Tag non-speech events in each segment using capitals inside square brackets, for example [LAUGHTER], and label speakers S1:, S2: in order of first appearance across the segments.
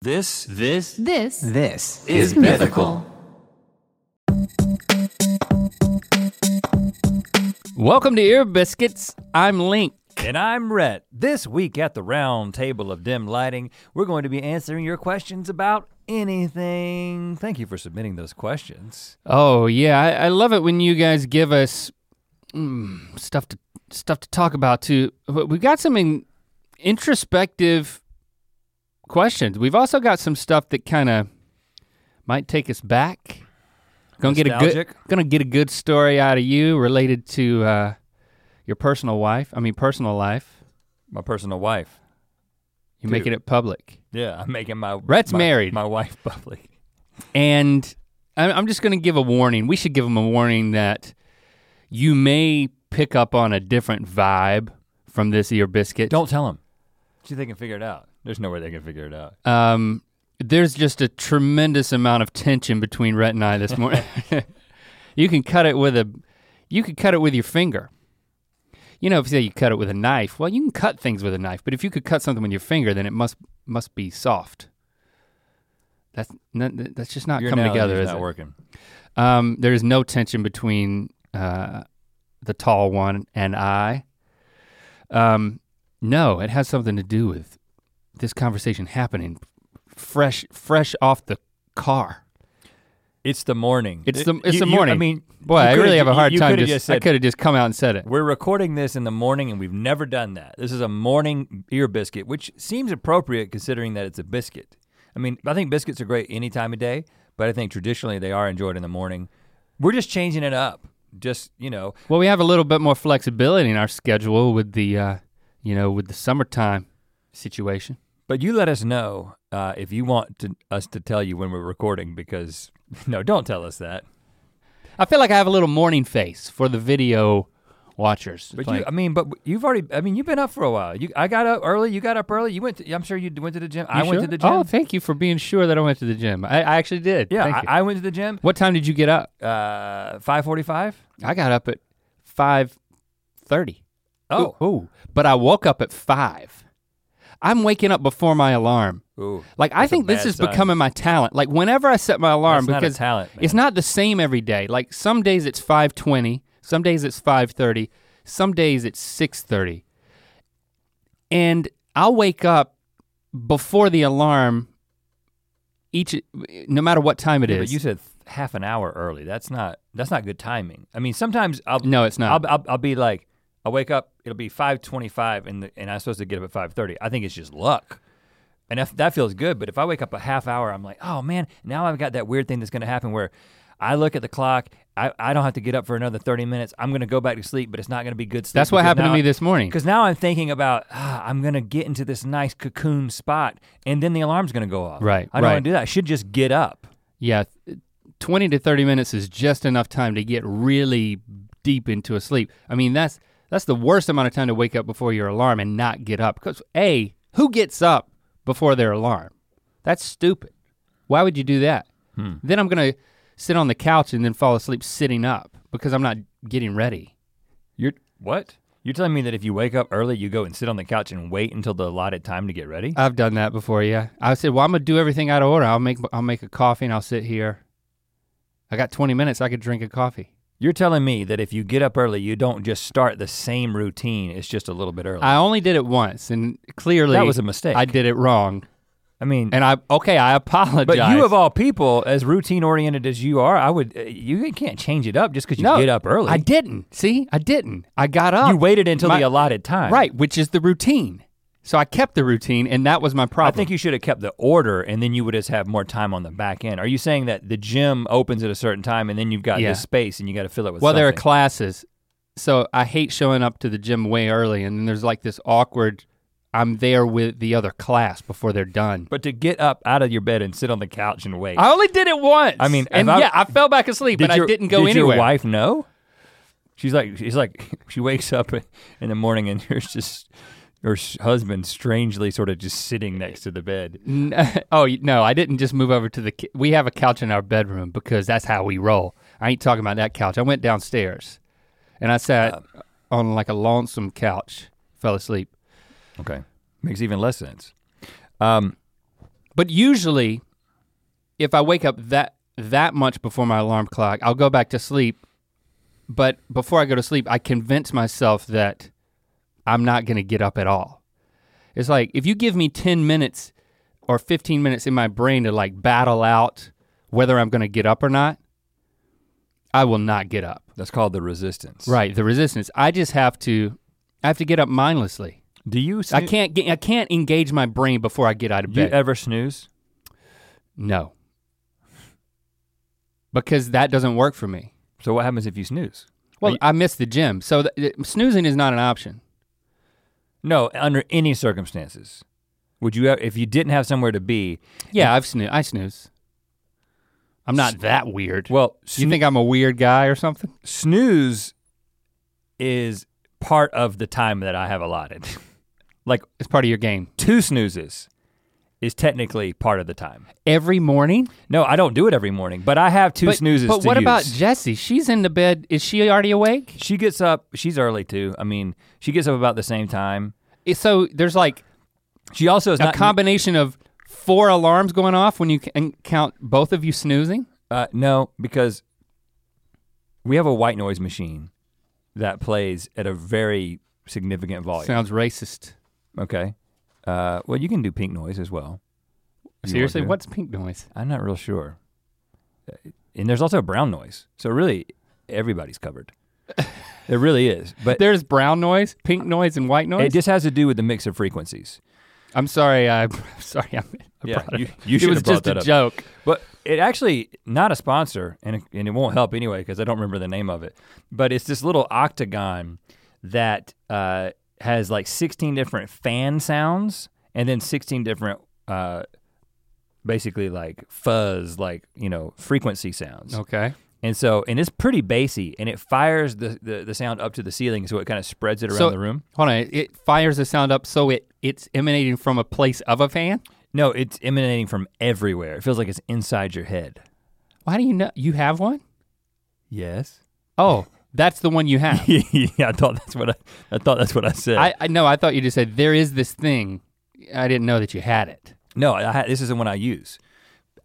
S1: This, this
S2: This
S3: This
S1: is mythical.
S4: Welcome to Ear Biscuits. I'm Link.
S1: And I'm Rhett. This week at the round table of dim lighting, we're going to be answering your questions about anything. Thank you for submitting those questions.
S4: Oh yeah, I, I love it when you guys give us mm, stuff to stuff to talk about too. But We've got some in, introspective questions. We've also got some stuff that kind of might take us back. Gonna get a good
S1: Nostalgic.
S4: gonna get a good story out of you related to uh, your personal wife. I mean personal life.
S1: My personal wife.
S4: You're making it public.
S1: Yeah, I'm making my
S4: Rhett's
S1: my-
S4: married.
S1: My wife [LAUGHS] public.
S4: And I- I'm just going to give a warning. We should give them a warning that you may pick up on a different vibe from this ear biscuit.
S1: Don't tell them. See if they can figure it out. There's no way they can figure it out.
S4: Um, there's just a tremendous amount of tension between Rhett and I this morning. [LAUGHS] you can cut it with a, you could cut it with your finger. You know, if you say you cut it with a knife, well, you can cut things with a knife. But if you could cut something with your finger, then it must must be soft. That's not, that's just not
S1: Your
S4: coming
S1: analogy's
S4: together. Is
S1: not
S4: it?
S1: working.
S4: Um, there is no tension between uh, the tall one and I. Um, no, it has something to do with this conversation happening fresh, fresh off the car.
S1: It's the morning.
S4: It's
S1: It-
S4: the it's
S1: you-
S4: the
S1: you-
S4: morning.
S1: I mean,
S4: boy,
S1: you
S4: I
S1: could've-
S4: really have a hard
S1: you- you
S4: time.
S1: could've
S4: Just,
S1: just
S4: I
S1: said-
S4: could have just come out and said it.
S1: We're recording this in the morning and we've never done that. This is a morning ear biscuit, which seems appropriate considering that it's a biscuit. I mean, I think biscuits are great any time of day, but I think traditionally they are enjoyed in the morning. We're just changing it up. Just, you know,
S4: Well, we have a little bit more flexibility in our schedule with the, uh, you know, with the summertime situation.
S1: but you let us know uh, if you want to, us to tell you when we're recording because, [LAUGHS] no, don't tell us that.
S4: I feel like I have a little morning face for the video watchers.
S1: But
S4: Like-
S1: you, I mean, but you've already, I mean, you've been up for a while. You, I got up early, you got up early, you went to, I'm sure you went to the gym. I
S4: You
S1: went
S4: sure?
S1: to the gym.
S4: Oh, thank you for being sure that I went to the gym. I, I actually did.
S1: yeah,
S4: Thank you.
S1: I, I went to the gym,
S4: what time did you get up?
S1: uh, 545.
S4: I got up at five thirty.
S1: Oh.
S4: Ooh, ooh. but I woke up at five. I'm waking up before my alarm.
S1: Ooh.
S4: Like I
S1: That's a
S4: think this
S1: bad
S4: is
S1: sign.
S4: becoming my talent. Like whenever I set my alarm,
S1: That's not a
S4: because
S1: talent,
S4: it's not the same every day. Like some days it's five twenty, some days it's five thirty, some days it's six thirty, and I'll wake up before the alarm. Each, no matter what time it is.
S1: Yeah, But you said th- half an hour early. That's not that's not good timing. I mean, sometimes I'll
S4: No, it's not.
S1: I'll, I'll, I'll be like, I wake up, it'll be five twenty-five, and the, and I'm supposed to get up at five thirty. I think it's just luck, and if, that feels good. But if I wake up a half hour, I'm like, oh man, now I've got that weird thing that's going to happen where I look at the clock. I, I don't have to get up for another 30 minutes. I'm gonna go back to sleep, but it's not gonna be good sleep.
S4: That's what happened to me this morning.
S1: Because now I'm thinking about, ah, I'm gonna get into this nice cocoon spot, and then the alarm's gonna go off.
S4: Right,
S1: I don't wanna
S4: right.
S1: do that. I should just get up.
S4: Yeah, th- 20 to 30 minutes is just enough time to get really deep into a sleep. I mean, that's that's the worst amount of time to wake up before your alarm and not get up cuz A, who gets up before their alarm? That's stupid. Why would you do that? Then I'm going to sit on the couch and then fall asleep sitting up because I'm not getting ready.
S1: You're what? You're telling me that if you wake up early, you go and sit on the couch and wait until the allotted time to get ready?
S4: I've done that before, yeah. I said, "Well, I'm going to do everything out of order. I'll make I'll make a coffee and I'll sit here. I got 20 minutes I could drink a coffee."
S1: You're telling me that if you get up early, you don't just start the same routine. It's just a little bit early.
S4: I only did it once, and clearly
S1: That was a mistake.
S4: I did it wrong,
S1: I mean,
S4: and I okay, I apologize.
S1: but you of all people, as routine oriented as you are, I would uh, you can't change it up just because you
S4: no,
S1: get up early.
S4: I didn't. See, I didn't. I got up.
S1: You waited until
S4: My-
S1: the allotted time.
S4: right, which is the routine. So I kept the routine, and that was my
S1: I
S4: problem.
S1: think you should have kept the order, and then you would just have more time on the back end. Are you saying that the gym opens at a certain time, and then you've got
S4: Yeah.
S1: this space, and you got to fill it with?
S4: well, there are
S1: something?
S4: classes, so I hate showing up to the gym way early, and then there's like this awkward. I'm there with the other class before they're done.
S1: but to get up out of your bed and sit on the couch and wait.
S4: I only did it once.
S1: I mean,
S4: and
S1: if I-
S4: yeah, I fell back asleep,
S1: Did
S4: but I
S1: your-
S4: didn't go
S1: did
S4: anywhere.
S1: your wife know? She's like, she's like, [LAUGHS] she wakes up in the morning and [LAUGHS] there's just her s- husband strangely sort of just sitting next to the bed.
S4: N- [LAUGHS] oh y- no, I didn't just move over to the. ki- We have a couch in our bedroom because that's how we roll. I ain't talking about that couch. I went downstairs, and I sat on like a lonesome couch, fell asleep.
S1: Okay, makes even less sense. Um,
S4: But usually, if I wake up that that much before my alarm clock, I'll go back to sleep. But before I go to sleep, I convince myself that I'm not going to get up at all. It's like if you give me 10 minutes or 15 minutes in my brain to like battle out whether I'm going to get up or not, I will not get up.
S1: That's called the resistance.
S4: Right, the resistance. I just have to I have to get up mindlessly.
S1: Do you?
S4: I
S1: snoo-
S4: can't get I can't engage my brain before I get out of
S1: You
S4: bed.
S1: ever snooze?
S4: no. Because that doesn't work for me.
S1: So what happens if you snooze?
S4: Well,
S1: Are you-
S4: I miss the gym. So th- snoozing is not an option.
S1: No, under any circumstances. Would you ever, if you didn't have somewhere to be?
S4: Yeah, I've snoo- I snooze. I'm not that weird.
S1: Well,
S4: you
S1: snoo-
S4: think I'm a weird guy or something?
S1: snooze is part of the time that I have allotted. [LAUGHS] like
S4: It's part of your game.
S1: two snoozes is technically part of the time.
S4: Every morning?
S1: No, I don't do it every morning, but I have two
S4: but,
S1: snoozes.
S4: But
S1: to
S4: what about
S1: use.
S4: Jessie? She's in the bed. Is she already awake?
S1: She gets up. She's early too. I mean, she gets up about the same time.
S4: So there's like
S1: She also is
S4: a
S1: not.
S4: combination of four alarms going off when you can count both of you snoozing.
S1: uh, no, because we have a white noise machine that plays at a very significant volume.
S4: Sounds racist.
S1: Okay. Uh, well, you can do pink noise as well. You
S4: Seriously,
S1: want to?
S4: what's pink noise?
S1: I'm not real sure. Uh, And there's also brown noise. So really, everybody's covered. it really is. But
S4: There's brown noise, pink noise, and white noise.
S1: it just has to do with the mix of frequencies.
S4: I'm sorry. I, [LAUGHS] I'm sorry. I, I
S1: Yeah,
S4: brought it
S1: you-
S4: up.
S1: you
S4: it
S1: should
S4: was
S1: have brought
S4: just
S1: that
S4: a
S1: up.
S4: joke.
S1: But it actually not a sponsor, and it, and it won't help anyway because I don't remember the name of it. But it's this little octagon that uh, has like 16 different fan sounds, and then 16 different, uh, basically like fuzz, like you know, frequency sounds.
S4: Okay.
S1: And so, and it's pretty bassy, and it fires the the, the sound up to the ceiling, so it kind of spreads it around
S4: So-
S1: the room.
S4: Hold on. It, it fires the sound up, so it it's emanating from a place of a fan.
S1: No, it's emanating from everywhere. It feels like it's inside your head.
S4: Why do you know you have one?
S1: Yes.
S4: Oh, that's the one you have.
S1: [LAUGHS] yeah, I thought that's what I, I thought that's what I said.
S4: I, I no, I thought you just said there is this thing. I didn't know that you had it.
S1: no, I, ha- this is the one I use.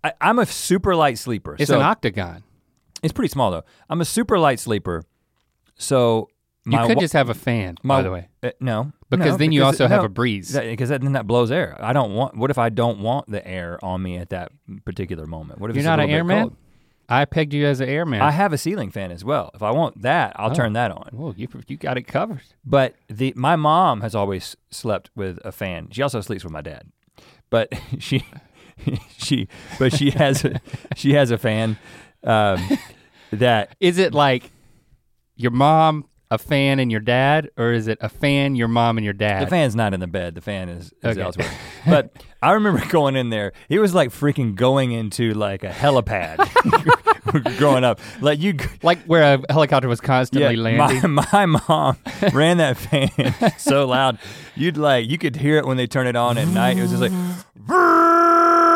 S1: I, I'm a super light sleeper.
S4: It's
S1: so
S4: an octagon.
S1: it's pretty small though. I'm a super light sleeper, so
S4: You
S1: my
S4: could
S1: wa-
S4: just have a fan,
S1: my-
S4: by the way,
S1: uh, no
S4: because
S1: no,
S4: then you also
S1: it-
S4: have
S1: no,
S4: a breeze.
S1: that- because that, then that blows air. I don't want. What if I don't want the air on me at that particular moment? What if
S4: You're
S1: it's a
S4: not an
S1: little bit cold?
S4: airman. I pegged you as an airman.
S1: I have a ceiling fan as well. If I want that, I'll
S4: Oh.
S1: turn that on.
S4: Whoa, you you got it covered.
S1: But the my mom has always slept with a fan. She also sleeps with my dad. But [LAUGHS] she she but she has a, [LAUGHS] she has a fan um, that
S4: Is it like your mom, a fan, and your dad, or is it a fan, your mom, and your dad?
S1: the fan's not in the bed. The fan is, is
S4: Okay.
S1: elsewhere. But I remember [LAUGHS] going in there. It was like freaking going into like a helipad [LAUGHS] growing up. Like you
S4: Like where a helicopter was constantly landing.
S1: [LAUGHS]
S4: [LAUGHS]
S1: My, my mom ran that fan so loud, you'd like you could hear it when they turn it on at night. It was just like,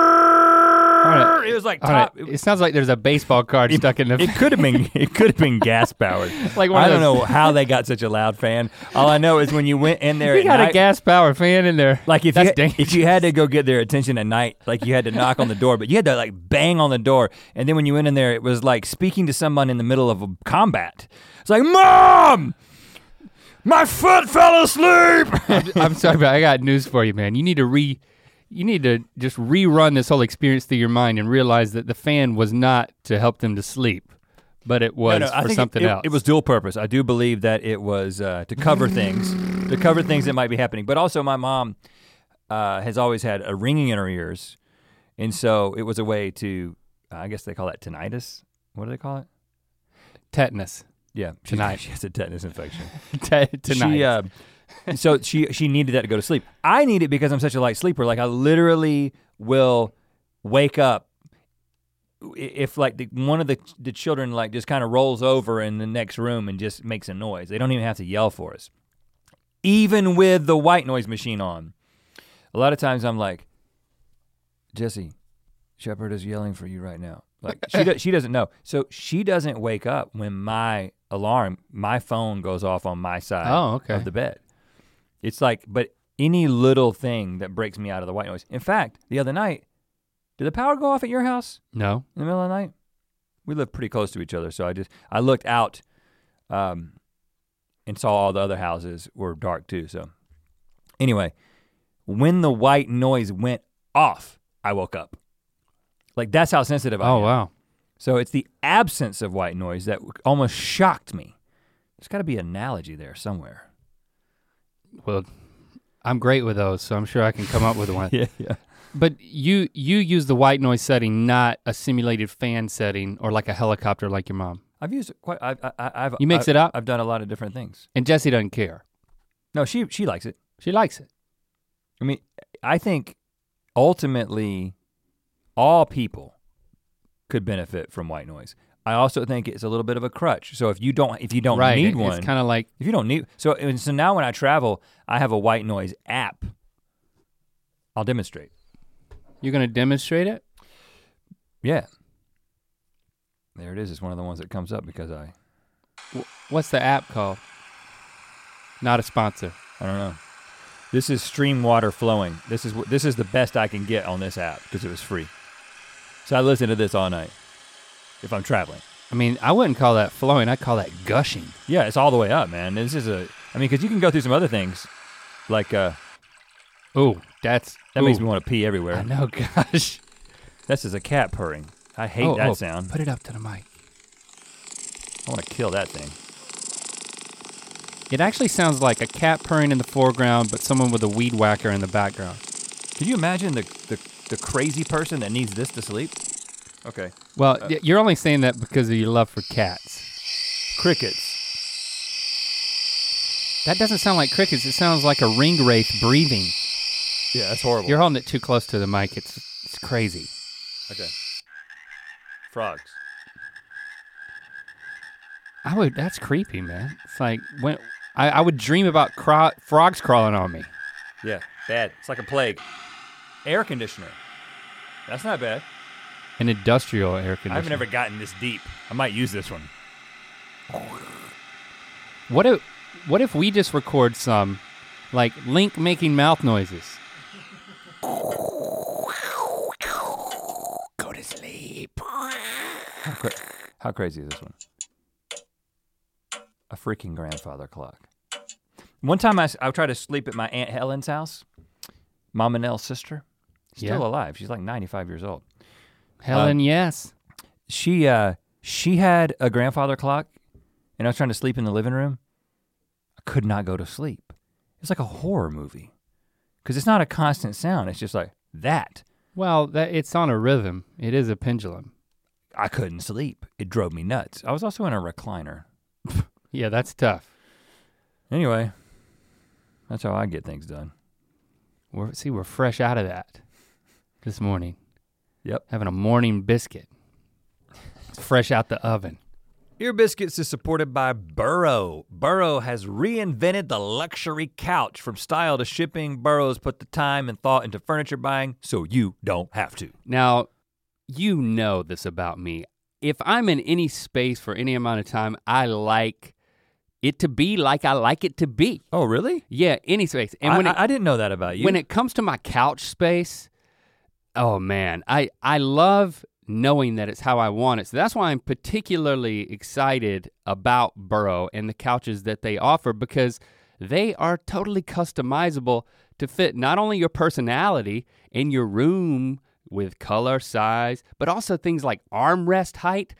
S4: All right.
S1: it was like
S4: All right.
S1: top.
S4: It sounds like there's a baseball card stuck in the.
S1: [LAUGHS] It could have
S4: [LAUGHS]
S1: been it could have been gas powered.
S4: Like one
S1: I
S4: of
S1: don't
S4: those-
S1: know how they got such a loud fan. All I know is when you went
S4: [LAUGHS]
S1: in there,
S4: you
S1: at
S4: got a
S1: night-
S4: gas power fan in there.
S1: Like if
S4: That's
S1: you,
S4: dangerous.
S1: if you had to go get their attention at night, like you had to knock on the door, but you had to like bang on the door, and then when you went in there, it was like speaking to someone in the middle of a combat. It's like, Mom, my foot fell asleep. [LAUGHS]
S4: [LAUGHS] I'm sorry, but I got news for you, man. You need to re, you need to just rerun this whole experience through your mind and realize that the fan was not to help them to sleep, but it was
S1: I
S4: for
S1: think it-
S4: something
S1: it,
S4: else.
S1: It was dual purpose. I do believe that it was uh, to cover things, to cover things that might be happening. But also, my mom uh, has always had a ringing in her ears, and so it was a way to, I guess they call that tinnitus. What do they call it?
S4: tetanus. [LAUGHS]
S1: Yeah, she-
S4: Tinnitus.
S1: She has a tetanus infection.
S4: Te- tonight.
S1: She, uh, so she she needed that to go to sleep. I need it because I'm such a light sleeper. Like I literally will wake up i- if like the, one of the the children like just kind of rolls over in the next room and just makes a noise. They don't even have to yell for us. Even with the white noise machine on, a lot of times I'm like, Jesse, Shepard is yelling for you right now. Like she does, she doesn't know, so she doesn't wake up when my alarm, my phone goes off on my side
S4: Oh, okay.
S1: of the bed. It's like, but any little thing that breaks me out of the white noise. In fact, the other night Did the power go off at your house
S4: No.
S1: in the middle of the night? We live pretty close to each other, so I just I looked out, um, and saw all the other houses were dark too. So, anyway, when the white noise went off, I woke up. Like that's how sensitive I
S4: Oh
S1: am.
S4: wow.
S1: So it's the absence of white noise that almost shocked me. There's got to be an analogy there
S4: [LAUGHS]
S1: somewhere.
S4: Well, I'm great with those, so I'm sure I can come up with one.
S1: [LAUGHS] Yeah, yeah.
S4: But you you use the white noise setting, not a simulated fan setting or like a helicopter, like your mom.
S1: I've used it quite. I, I, I- I've
S4: You mix
S1: I-
S4: it up?
S1: I've done a lot of different things.
S4: And Jesse doesn't care.
S1: No, she she likes it.
S4: She likes it.
S1: I mean, I think ultimately all people could benefit from white noise. I also think it's a little bit of a crutch. So if you don't if you don't
S4: right.
S1: need
S4: it-
S1: one,
S4: It's kind of like
S1: if you don't need so and so now when I travel, I have a white noise app. I'll demonstrate.
S4: you're gonna demonstrate it.
S1: Yeah. There it is. It's one of the ones that comes up because I
S4: Wh- What's the app called? Not a sponsor.
S1: I don't know. This is stream water flowing. This is wh- this is the best I can get on this app because it was free. So I listen to this all night if I'm traveling.
S4: I mean, I wouldn't call that flowing. I call that gushing.
S1: Yeah, it's all the way up, man. This is a I mean cuz you can go through some other things like uh
S4: Ooh, that's
S1: that makes
S4: ooh.
S1: me want to pee
S4: I
S1: everywhere.
S4: know. [LAUGHS] Gosh.
S1: This is a cat purring. I hate
S4: Oh,
S1: that
S4: oh,
S1: sound.
S4: Put it up to the mic.
S1: I want to kill that thing.
S4: It actually sounds like a cat purring in the foreground, but someone with a weed whacker in the background.
S1: Can you imagine the the, the crazy person that needs this to sleep? Okay.
S4: Well,
S1: Uh,
S4: y- you're only saying that because of your love for cats.
S1: Crickets.
S4: That doesn't sound like crickets. It sounds like a ring wraith breathing.
S1: Yeah, that's horrible.
S4: You're holding it too close to the mic. It's it's crazy.
S1: okay. Frogs.
S4: I would. That's creepy, man. It's like when I, I would dream about cro- frogs crawling on me.
S1: Yeah, bad. It's like a plague. Air conditioner. That's not bad.
S4: An industrial air conditioner.
S1: I've never gotten this deep. I might use this one.
S4: What if what if we just record some like Link making mouth noises? Go to sleep.
S1: How crazy is this one? A freaking grandfather clock. One time I, s- I tried to sleep at my Aunt Helen's house, Mom and Elle's sister. Still
S4: Yeah.
S1: alive. She's like 95 years old. Uh,
S4: Helen, yes.
S1: She uh she had a grandfather clock and I was trying to sleep in the living room. I could not go to sleep. It's like a horror movie. Cuz it's not a constant sound. It's just like that.
S4: Well, that it's on a rhythm. It is a pendulum.
S1: I couldn't sleep. It drove me nuts. I was also in a recliner.
S4: Yeah, that's tough.
S1: Anyway, that's how I get things done.
S4: We're see, we're fresh out of that this morning.
S1: Yep.
S4: Having a morning biscuit. It's fresh out the oven.
S1: Ear Biscuits is supported by Burrow. Burrow has reinvented the luxury couch from style to shipping. Burrow's put the time and thought into furniture buying so you don't have to.
S4: Now, you know this about me. If I'm in any space for any amount of time, I like it to be like I like it to be.
S1: Oh, really?
S4: Yeah, any space. And
S1: And I,
S4: when
S1: I,
S4: it,
S1: I didn't know that about you.
S4: when it comes to my couch space, oh man, I I love knowing that it's how I want it. So that's why I'm particularly excited about Burrow and the couches that they offer because they are totally customizable to fit not only your personality and your room with color, size, but also things like armrest height.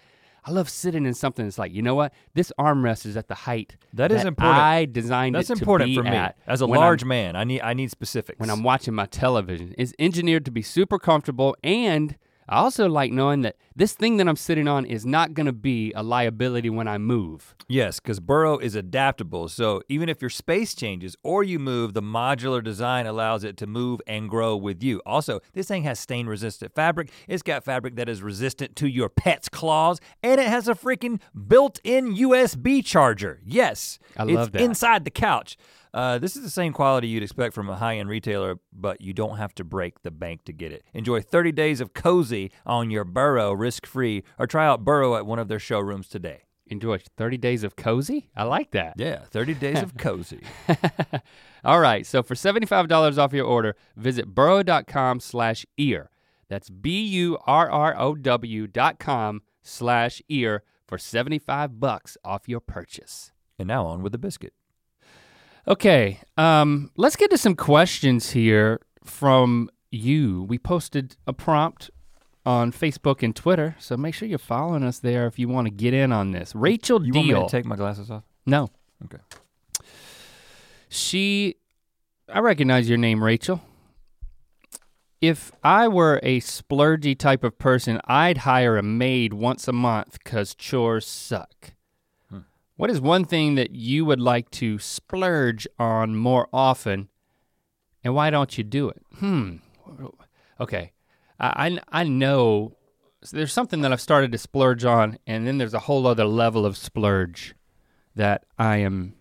S4: I love sitting in something that's like, you know what? This armrest is at the height
S1: That is important.
S4: I designed
S1: That's
S4: it to
S1: important
S4: be
S1: for me.
S4: at
S1: As a
S4: when I'm
S1: large man, I need I need specifics.
S4: when I'm watching my television. It's engineered to be super comfortable and I also like knowing that this thing that I'm sitting on is not gonna be a liability when I move.
S1: Yes, because Burrow is adaptable, so even if your space changes or you move, the modular design allows it to move and grow with you. Also, this thing has stain resistant fabric, it's got fabric that is resistant to your pet's claws, and it has a freaking built in USB charger. Yes,
S4: I
S1: it's
S4: love that.
S1: inside the couch. Uh, this is the same quality you'd expect from a high-end retailer, but you don't have to break the bank to get it. Enjoy 30 days of cozy on your Burrow risk-free, or try out Burrow at one of their showrooms today.
S4: Enjoy 30 days of cozy. I like that.
S1: Yeah, 30 days of cozy.
S4: All right, so for $75 off your order, visit burrow.com slash ear. That's B-U-R-R-O-W dot com slash ear for 75 bucks off your purchase.
S1: And now on with the biscuit.
S4: Okay, um, let's get to some questions here from you. We posted a prompt on Facebook and Twitter, so make sure you're following us there if you want to get in on this. Rachel
S1: You
S4: Deal.
S1: want me to take my glasses off?
S4: no.
S1: Okay.
S4: She, I recognize your name, Rachel. If I were a splurgy type of person, I'd hire a maid once a month because chores suck.
S1: Hmm.
S4: What is one thing that you would like to splurge on more often, and why don't you do it? Hmm. Okay. I, I, I know so there's something that I've started to splurge on, and then there's a whole other level of splurge that I am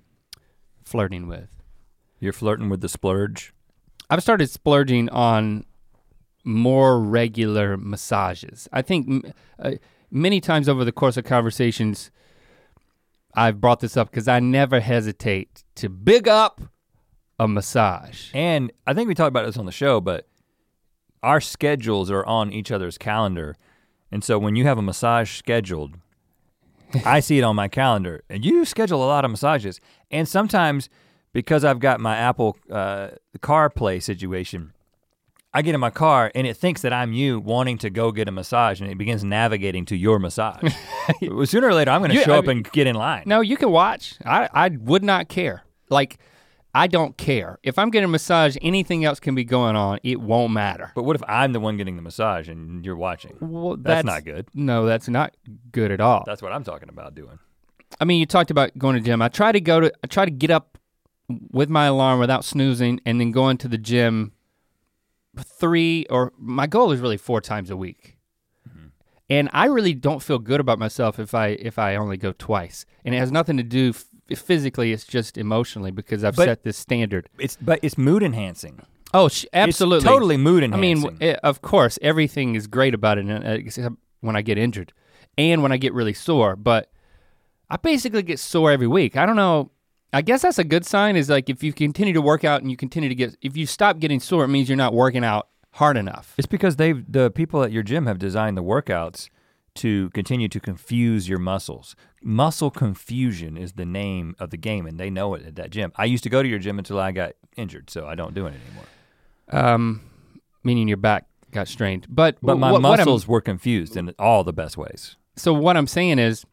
S4: flirting with.
S1: You're flirting with the splurge.
S4: I've started splurging on more regular massages. I think m- uh, many times over the course of conversations, I've brought this up because I never hesitate to big up a massage.
S1: And I think we talked about this on the show, but our schedules are on each other's calendar. And so when you have a massage scheduled, I see it on my calendar. And you schedule a lot of massages. And sometimes because I've got my Apple uh, CarPlay situation, I get in my car and it thinks that I'm you wanting to go get a massage and it begins navigating to your
S4: [LAUGHS]
S1: massage. Sooner or later, I'm going to
S4: You-
S1: show
S4: I
S1: up and get in line.
S4: No, you can watch. I, I would not care. Like, I don't care. If I'm getting a massage, anything else can be going on. It won't matter.
S1: But what if I'm the one getting the massage and you're watching?
S4: Well,
S1: That's, not good.
S4: No, that's not good at all.
S1: That's what I'm talking about doing.
S4: I mean, you talked about going to gym. I try to go to I try to get up with my alarm without snoozing and then going to the gym 3 or my goal is really 4 times a week. Mm-hmm. And I really don't feel good about myself if I if I only go twice. And it has nothing to do f- physically, it's just emotionally because I've
S1: But-
S4: set this standard.
S1: It's but it's mood enhancing.
S4: Oh, sh-
S1: It's
S4: absolutely.
S1: totally mood
S4: I
S1: enhancing.
S4: mean, w- eh, of course, everything is great about it, uh, except when I get injured and when I get really sore. But I basically get sore every week. I don't know. I guess that's a good sign. Is like if you continue to work out and you continue to get, if you stop getting sore, it means you're not working out hard enough.
S1: it's because they've the people at your gym have designed the workouts to continue to confuse your muscles. Muscle confusion is the name of the game, and they know it at that gym. I used to go to your gym until I got injured, so I don't do it anymore.
S4: Um, meaning your back got strained. But
S1: But my
S4: what- what I'm-
S1: muscles were confused in all the best ways.
S4: so what I'm saying is,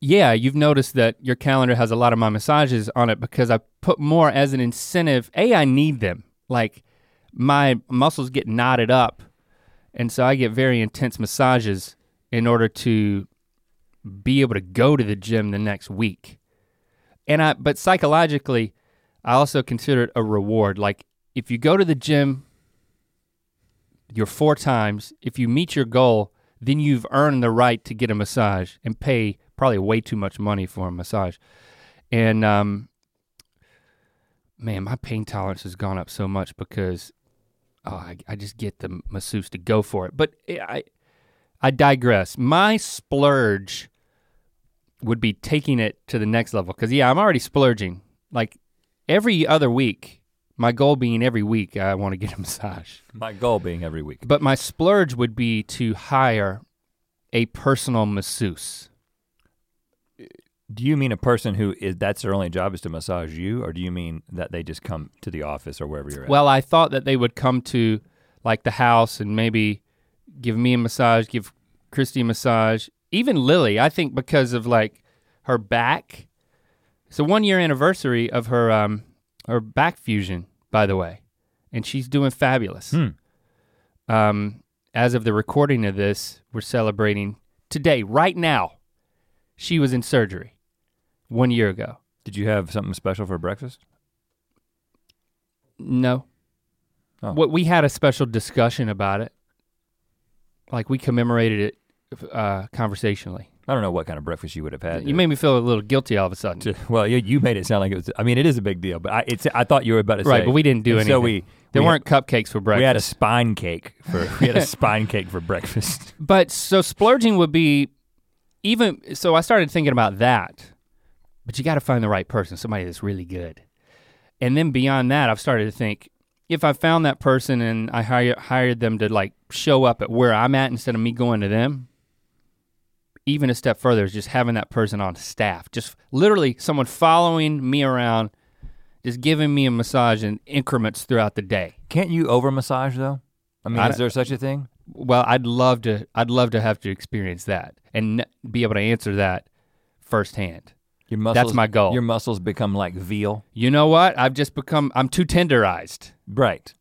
S4: yeah, you've noticed that your calendar has a lot of my massages on it because I put more as an incentive. A, I need them. Like my muscles get knotted up, and so I get very intense massages in order to be able to go to the gym the next week. And I, but psychologically, I also consider it a reward. Like if you go to the gym your four times, if you meet your goal, then you've earned the right to get a massage and pay probably way too much money for a massage. And um, man, my pain tolerance has gone up so much because oh, I, I just get the masseuse to go for it. But I, I digress. My splurge would be taking it to the next level because yeah, I'm already splurging. Like every other week, my goal being every week, I want to get a [LAUGHS] massage.
S1: My goal being every week.
S4: But my splurge would be to hire a personal masseuse.
S1: Do you mean a person who is that's their only job is to massage you, or do you mean that they just come to the office or wherever you're at?
S4: Well, I thought that they would come to like the house and maybe give me a massage, give Christy a massage, even Lily, I think because of like her back. It's a one year anniversary of her um her back fusion, by the way. And she's doing fabulous.
S1: Hmm.
S4: Um as of the recording of this, we're celebrating today, right now. She was in surgery one year ago.
S1: Did you have something special for breakfast?
S4: No.
S1: Oh.
S4: What we had a special discussion about it. Like we commemorated it uh, conversationally.
S1: I don't know what kind of breakfast you would have had.
S4: You
S1: to-
S4: made me feel a little guilty all of a sudden.
S1: to- [LAUGHS] well, you, you made it sound like it was. I mean, it is a big deal, but I, it's, I thought you were about to
S4: right,
S1: say.
S4: but we didn't do
S1: and
S4: anything.
S1: So we
S4: there
S1: we
S4: weren't cupcakes for
S1: Had,
S4: breakfast.
S1: we had a spine cake for [LAUGHS] we
S4: [LAUGHS]
S1: had a spine cake for breakfast.
S4: but so splurging would be even so I started thinking about that. But you got to find the right person, somebody that's really good. And then beyond that, I've started to think if I found that person and I hire, hired them to like show up at where I'm at instead of me going to them, even a step further is just having that person on staff. Just literally someone following me around, just giving me a massage in increments throughout the day.
S1: Can't you over massage though? I mean,
S4: I
S1: is there such a thing?
S4: Well, I'd love to. I'd love to have to experience that and n- be able to answer that firsthand.
S1: Your muscles.
S4: my goal.
S1: Your muscles become like veal.
S4: You know what? I've just become. I'm too tenderized.
S1: Right.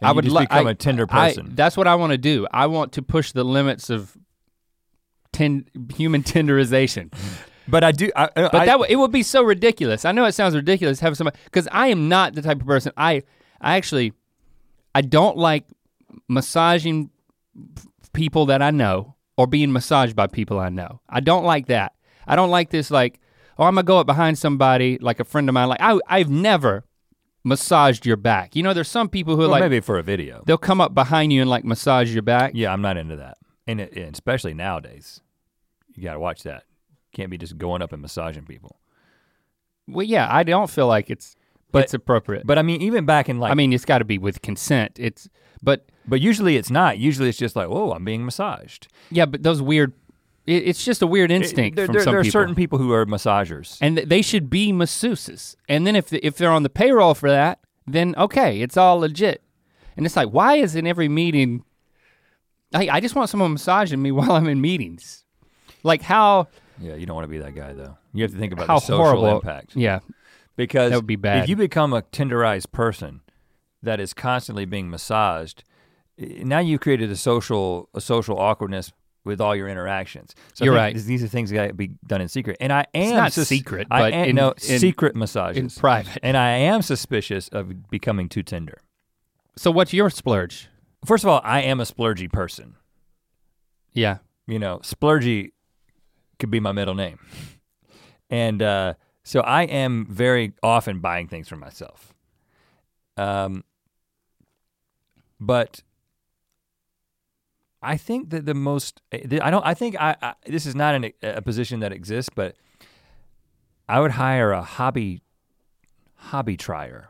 S1: And
S4: I
S1: you
S4: would
S1: just
S4: lo-
S1: become
S4: I-
S1: a tender
S4: I-
S1: person.
S4: that's what I want to do. I want to push the limits of ten, human [LAUGHS] tenderization.
S1: but I do. I,
S4: But that w- it would be so ridiculous. I know it sounds ridiculous having somebody because I am not the type of person. I I actually I don't like massaging f- people that I know or being massaged by people I know. I don't like that. I don't like this like oh I'm gonna go up behind somebody like a friend of mine like I I've never massaged your back. You know there's some people who are
S1: well,
S4: like
S1: maybe for a video.
S4: they'll come up behind you and like massage your back.
S1: Yeah, I'm not into that, and, it, and especially nowadays, you got to watch that. Can't be just going up and massaging people.
S4: Well yeah, I don't feel like it's
S1: But-
S4: it's appropriate.
S1: But I mean, even back in like,
S4: I mean it's got to be with consent. It's but
S1: but usually it's not. Usually it's just like, whoa, I'm being massaged.
S4: Yeah, but those weird. It, it's just a weird instinct
S1: there
S4: from
S1: there-
S4: some
S1: there are
S4: people.
S1: certain people who are massagers.
S4: and th- they should be masseuses. And then if if they're on the payroll for that, then okay, it's all legit. And it's like, why is in every meeting? I I just want someone massaging me [LAUGHS] while I'm in meetings. Like how
S1: yeah, you don't want to be that guy though. You have to think about
S4: how
S1: the social
S4: horrible
S1: impact.
S4: Yeah,
S1: Because
S4: That would be bad.
S1: If you become a tenderized person that is constantly being massaged, i- now you've created a social a social awkwardness with all your interactions. So I
S4: You're
S1: think
S4: right.
S1: these- These are things that gotta be done in secret. And I am
S4: not
S1: sus-
S4: secret,
S1: I
S4: but
S1: am-
S4: in-
S1: no
S4: in-
S1: secret
S4: in
S1: massages.
S4: private.
S1: and I am suspicious of becoming too tender.
S4: So what's your splurge?
S1: First of all, I am a splurgy person.
S4: Yeah,
S1: you know, splurgy could be my middle name. And uh, so I am very often buying things for myself. Um, but I think that the most eh, I don't I think I, I this is not an, a position that exists, but I would hire a hobby hobby trier.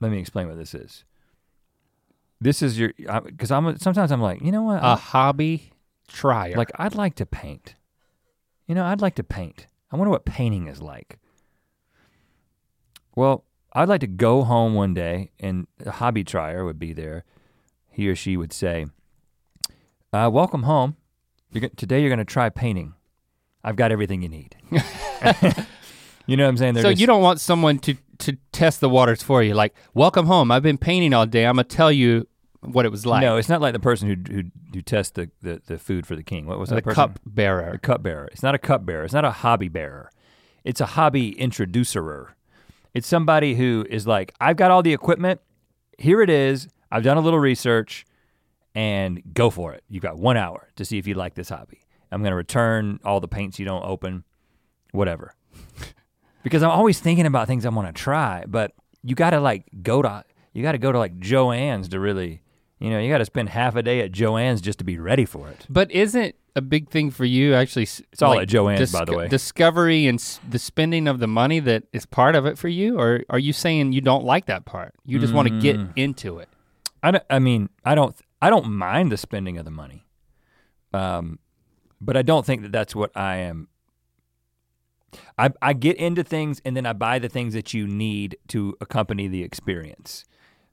S1: Let me explain what this is. This is your because I'm sometimes I'm like you know what I-
S4: a hobby trier.
S1: Uh-huh. like I'd like to paint. You know, I'd like to paint. I wonder what painting is like. Well, I'd like to go home one day and a hobby trier would be there. He or she would say, uh, welcome home. You're go- today you're gonna try painting. I've got everything you
S4: [LAUGHS]
S1: need. you know what I'm saying? They're
S4: so
S1: just-
S4: you don't want someone to to test the waters for you. Like, welcome home. I've been painting all day. I'm gonna tell you what it was like.
S1: No, it's not like the person who who, who tests the, the, the food for the king. What was
S4: the
S1: that person?
S4: cup bearer.
S1: a cup bearer. It's not a cup bearer. It's not a hobby bearer. It's a hobby introducerer. It's somebody who is like, I've got all the equipment. Here it is. I've done a little research and go for it. You've got one hour to see if you like this hobby. I'm going to return all the paints you don't open, whatever. [LAUGHS] because I'm always thinking about things I want to try, but you got to like go to, you got to go to like Joann's to really, you know, you got to spend half a day at Joann's just to be ready for it.
S4: But isn't a big thing for you actually? It's
S1: all at Joann's, by the way.
S4: Discovery and s- the spending of the money that is part of it for you, or are you saying you don't like that part? You just want to get
S1: Mm.
S4: into it.
S1: I, don't- I mean, I don't, I don't mind the spending of the money, um, but I don't think that that's what I am. I, I get into things and then I buy the things that you need to accompany the experience.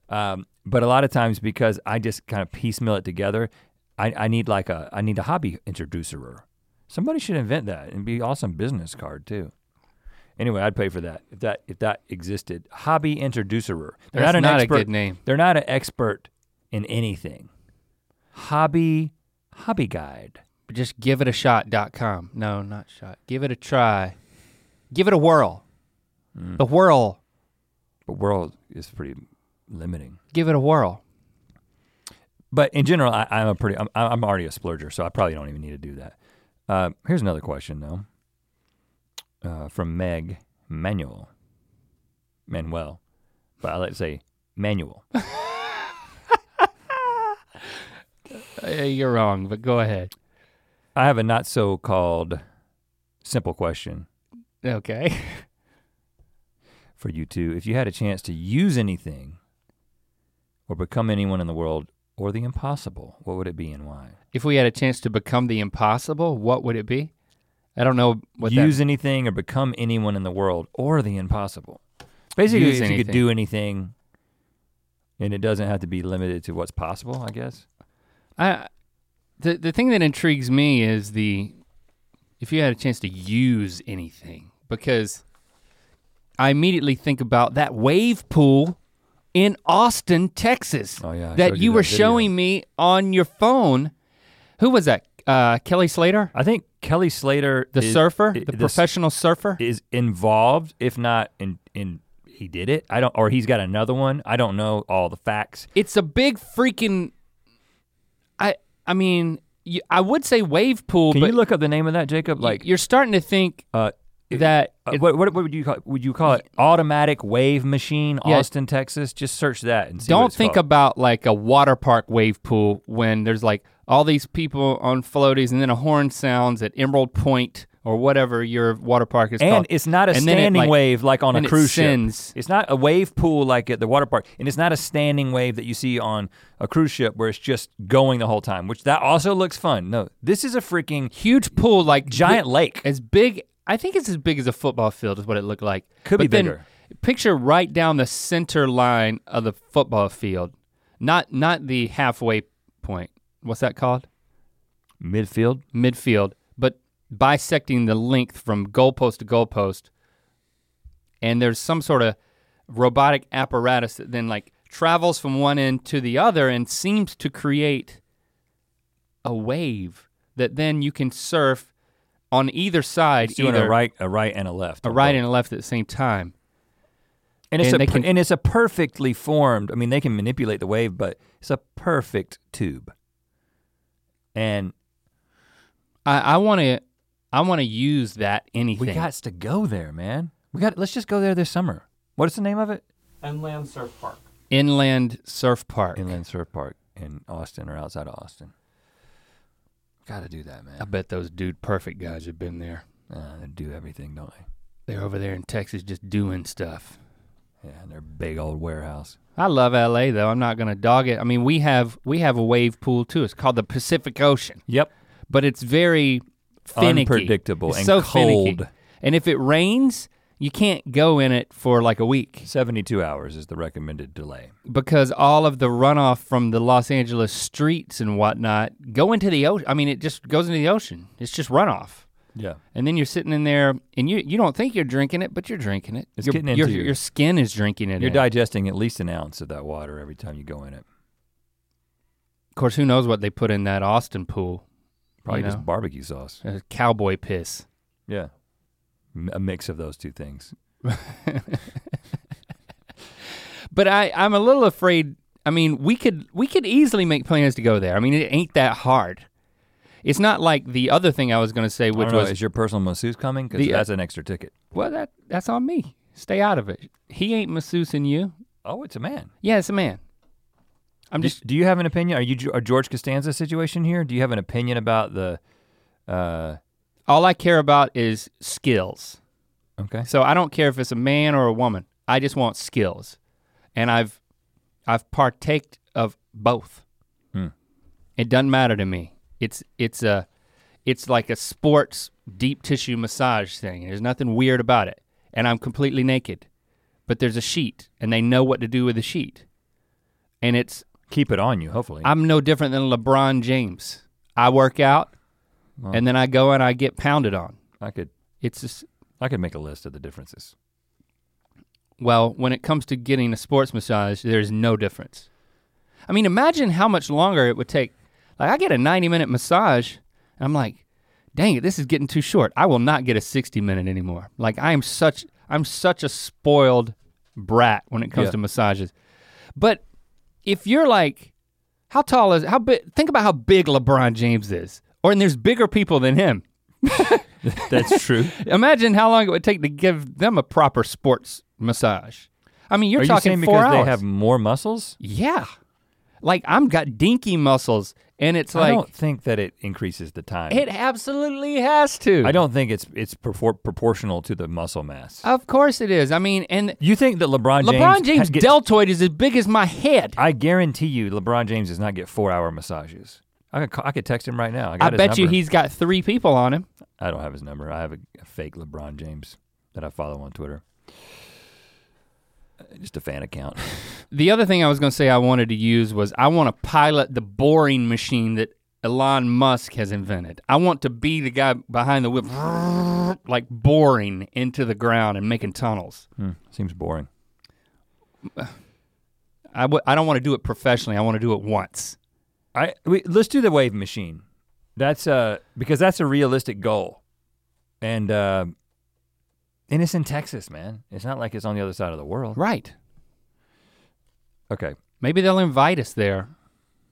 S1: Um, but a lot of times because I just kind of piecemeal it together, I, I need like a, I need a hobby introducer. Somebody should invent that and be awesome business card too. Anyway, I'd pay for that if that if that existed. Hobby introducer. They're
S4: That's
S1: not an
S4: not a
S1: expert.
S4: good name.
S1: They're not an expert in anything. Hobby hobby guide.
S4: Just give it a shot.com. No, not shot. Give it a try. Give it a whirl.
S1: Mm.
S4: The whirl.
S1: But world is pretty limiting.
S4: Give it a whirl.
S1: But in general, I, I'm a pretty I'm, I'm already a splurger, so I probably don't even need to do that. Uh, here's another question though. Uh, from Meg Manuel. Manuel. But I like to say Manuel.
S4: Uh, you're wrong, but go ahead.
S1: I have a not so called simple question
S4: Okay. [LAUGHS]
S1: for you two. If you had a chance to use anything or become anyone in the world or the impossible, what would it be and why?
S4: If we had a chance to become the impossible, what would it be? I don't know what that-
S1: Use anything or become anyone in the world or the impossible. Basically,
S4: Use
S1: if you could
S4: anything.
S1: do anything and it doesn't have to be limited to what's possible, I guess.
S4: I the the thing that intrigues me is the if you had a chance to use anything because I immediately think about that wave pool in Austin, Texas
S1: Oh, yeah, I
S4: that
S1: showed
S4: you
S1: you
S4: were
S1: that video.
S4: showing me on your phone. Who was that? Uh, Kelly Slater,
S1: I think Kelly Slater,
S4: the
S1: is-
S4: surfer,
S1: i-
S4: the
S1: this-
S4: professional surfer.
S1: is involved, if not in in he did it. I don't, or he's got another one. I don't know all the facts.
S4: it's a big freaking I I mean, you, I would say wave pool,
S1: Can
S4: but
S1: you look up the name of that, Jacob? Like,
S4: you're starting to think
S1: uh,
S4: that
S1: uh, what, what what would you call it? would you call it automatic wave machine
S4: Yeah.
S1: Austin Texas? Just search that and see. what
S4: don't
S1: it's
S4: think
S1: called.
S4: about like a water park wave pool when there's like all these people on floaties and then a horn sounds at Emerald Point or whatever your water park is
S1: And
S4: called.
S1: it's not a
S4: And then it,
S1: standing
S4: like-
S1: wave like on
S4: and
S1: a
S4: it
S1: cruise
S4: sends.
S1: ship. It's not a wave pool like at the water park, and it's not a standing wave that you see on a cruise ship where it's just going the whole time. Which that also looks fun. No, this is a freaking
S4: Huge pool like
S1: giant lake.
S4: as big I think it's as big as a football field is what it looked like.
S1: Could
S4: but
S1: be
S4: then
S1: bigger.
S4: Picture right down the center line of the football field. Not not the halfway point. What's that called?
S1: Midfield.
S4: midfield, but bisecting the length from goalpost to goalpost. And there's some sort of robotic apparatus that then like travels from one end to the other and seems to create a wave that then you can surf on either side,
S1: It's doing
S4: either
S1: a right, a right, and a left.
S4: a right and a left at the same time.
S1: and it's
S4: and
S1: a
S4: they
S1: per-
S4: can-
S1: and it's a perfectly formed. I mean, they can manipulate the wave, but it's a perfect tube. And
S4: I, I wanna I wanna use that anything.
S1: we got to go there, man. We got. Let's just go there this summer. What is the name of it?
S2: Inland Surf Park.
S4: Inland surf park.
S1: Inland Surf Park in Austin or outside of Austin. Got to do that, man.
S4: I bet those dude perfect guys have been there.
S1: Uh, they do everything, don't they?
S4: They're over there in Texas just doing stuff.
S1: Yeah, and their big old warehouse.
S4: I love LA though. I'm not gonna dog it. I mean, we have we have a wave pool too. It's called the Pacific Ocean,
S1: Yep.
S4: but it's very finicky,
S1: Unpredictable
S4: It's
S1: and
S4: so finicky.
S1: cold.
S4: And if it rains, you can't go in it for like a week
S1: Seventy-two hours is the recommended delay.
S4: because all of the runoff from the Los Angeles streets and whatnot go into the ocean. I mean, it just goes into the ocean. It's just runoff.
S1: Yeah.
S4: And then you're sitting in there, and you you don't think you're drinking it, but you're drinking it.
S1: It's
S4: your,
S1: getting into
S4: your,
S1: you.
S4: your skin is drinking it.
S1: You're
S4: in.
S1: digesting at least an ounce of that water every time you go in it.
S4: Of course, who knows what they put in that Austin pool?
S1: Probably
S4: You know?
S1: just barbecue sauce.
S4: Uh, cowboy piss.
S1: Yeah. M- A mix of those two things.
S4: But I, I'm a little afraid. I mean, we could we could easily make plans to go there. I mean, it ain't that hard. It's not like the other thing I was going to say,
S1: Which
S4: which
S1: know,
S4: was
S1: is your personal masseuse coming? Because
S4: The- uh,
S1: that's an extra ticket.
S4: well, that that's on me. Stay out of it. He ain't masseusing you.
S1: Oh, it's a man.
S4: Yeah, it's a man. I'm
S1: Do-
S4: just
S1: do you have an opinion? Are you Ge- a George Costanza situation here? Do you have an opinion about the? Uh,
S4: all I care about is skills.
S1: okay.
S4: So I don't care if it's a man or a woman. I just want skills, and I've I've partaked of both.
S1: Hmm.
S4: It doesn't matter to me. It's it's a it's like a sports deep tissue massage thing. There's nothing weird about it, and I'm completely naked, but there's a sheet, and they know what to do with the sheet, and it's
S1: Keep it on you, hopefully.
S4: I'm no different than LeBron James. I work out,
S1: Well.
S4: and then I go and I get pounded on.
S1: I could,
S4: It's just
S1: I could make a list of the differences.
S4: Well, when it comes to getting a sports massage, there's no difference. I mean, imagine how much longer it would take. Like, I get a 90 minute massage, and I'm like, dang it, this is getting too short. I will not get a 60 minute anymore. Like, I am such, I'm such a spoiled brat when it comes
S1: Yeah.
S4: to massages. But if you're like, how tall is, how big, think about how big LeBron James is, or and there's bigger people than him.
S1: [LAUGHS] That's true.
S4: Imagine how long it would take to give them a proper sports massage. I mean, [LAUGHS] you're
S1: Are you
S4: talking
S1: saying
S4: four
S1: because
S4: hours.
S1: they have more muscles?
S4: yeah. Like I'm got dinky muscles, and it's
S1: I
S4: like
S1: don't think that it increases the time.
S4: it absolutely has to.
S1: I don't think it's it's propor- proportional to the muscle mass.
S4: Of course it is. I mean, and
S1: you think that LeBron James?
S4: Oh. LeBron James'
S1: gets-
S4: deltoid is as big as my head.
S1: I guarantee you, LeBron James does not get four-hour massages. I could ca- I could text him right now. I,
S4: I
S1: got his
S4: bet you
S1: number.
S4: he's got three people on him.
S1: I don't have his number. I have a, a fake LeBron James that I follow on Twitter. Uh, Just a fan
S4: [LAUGHS]
S1: account.
S4: The other thing I was gonna say I wanted to use was I want to pilot the boring machine that Elon Musk has invented. I want to be the guy behind the whip, [LAUGHS] like boring into the ground and making tunnels.
S1: Hmm, seems boring.
S4: I w- I don't want to do it professionally. I want to do it once.
S1: I we, let's do the wave machine. That's uh because that's a realistic goal, and uh, and it's in Texas, man. It's not like it's on the other side of the world.
S4: Right.
S1: Okay,
S4: Maybe they'll invite us there.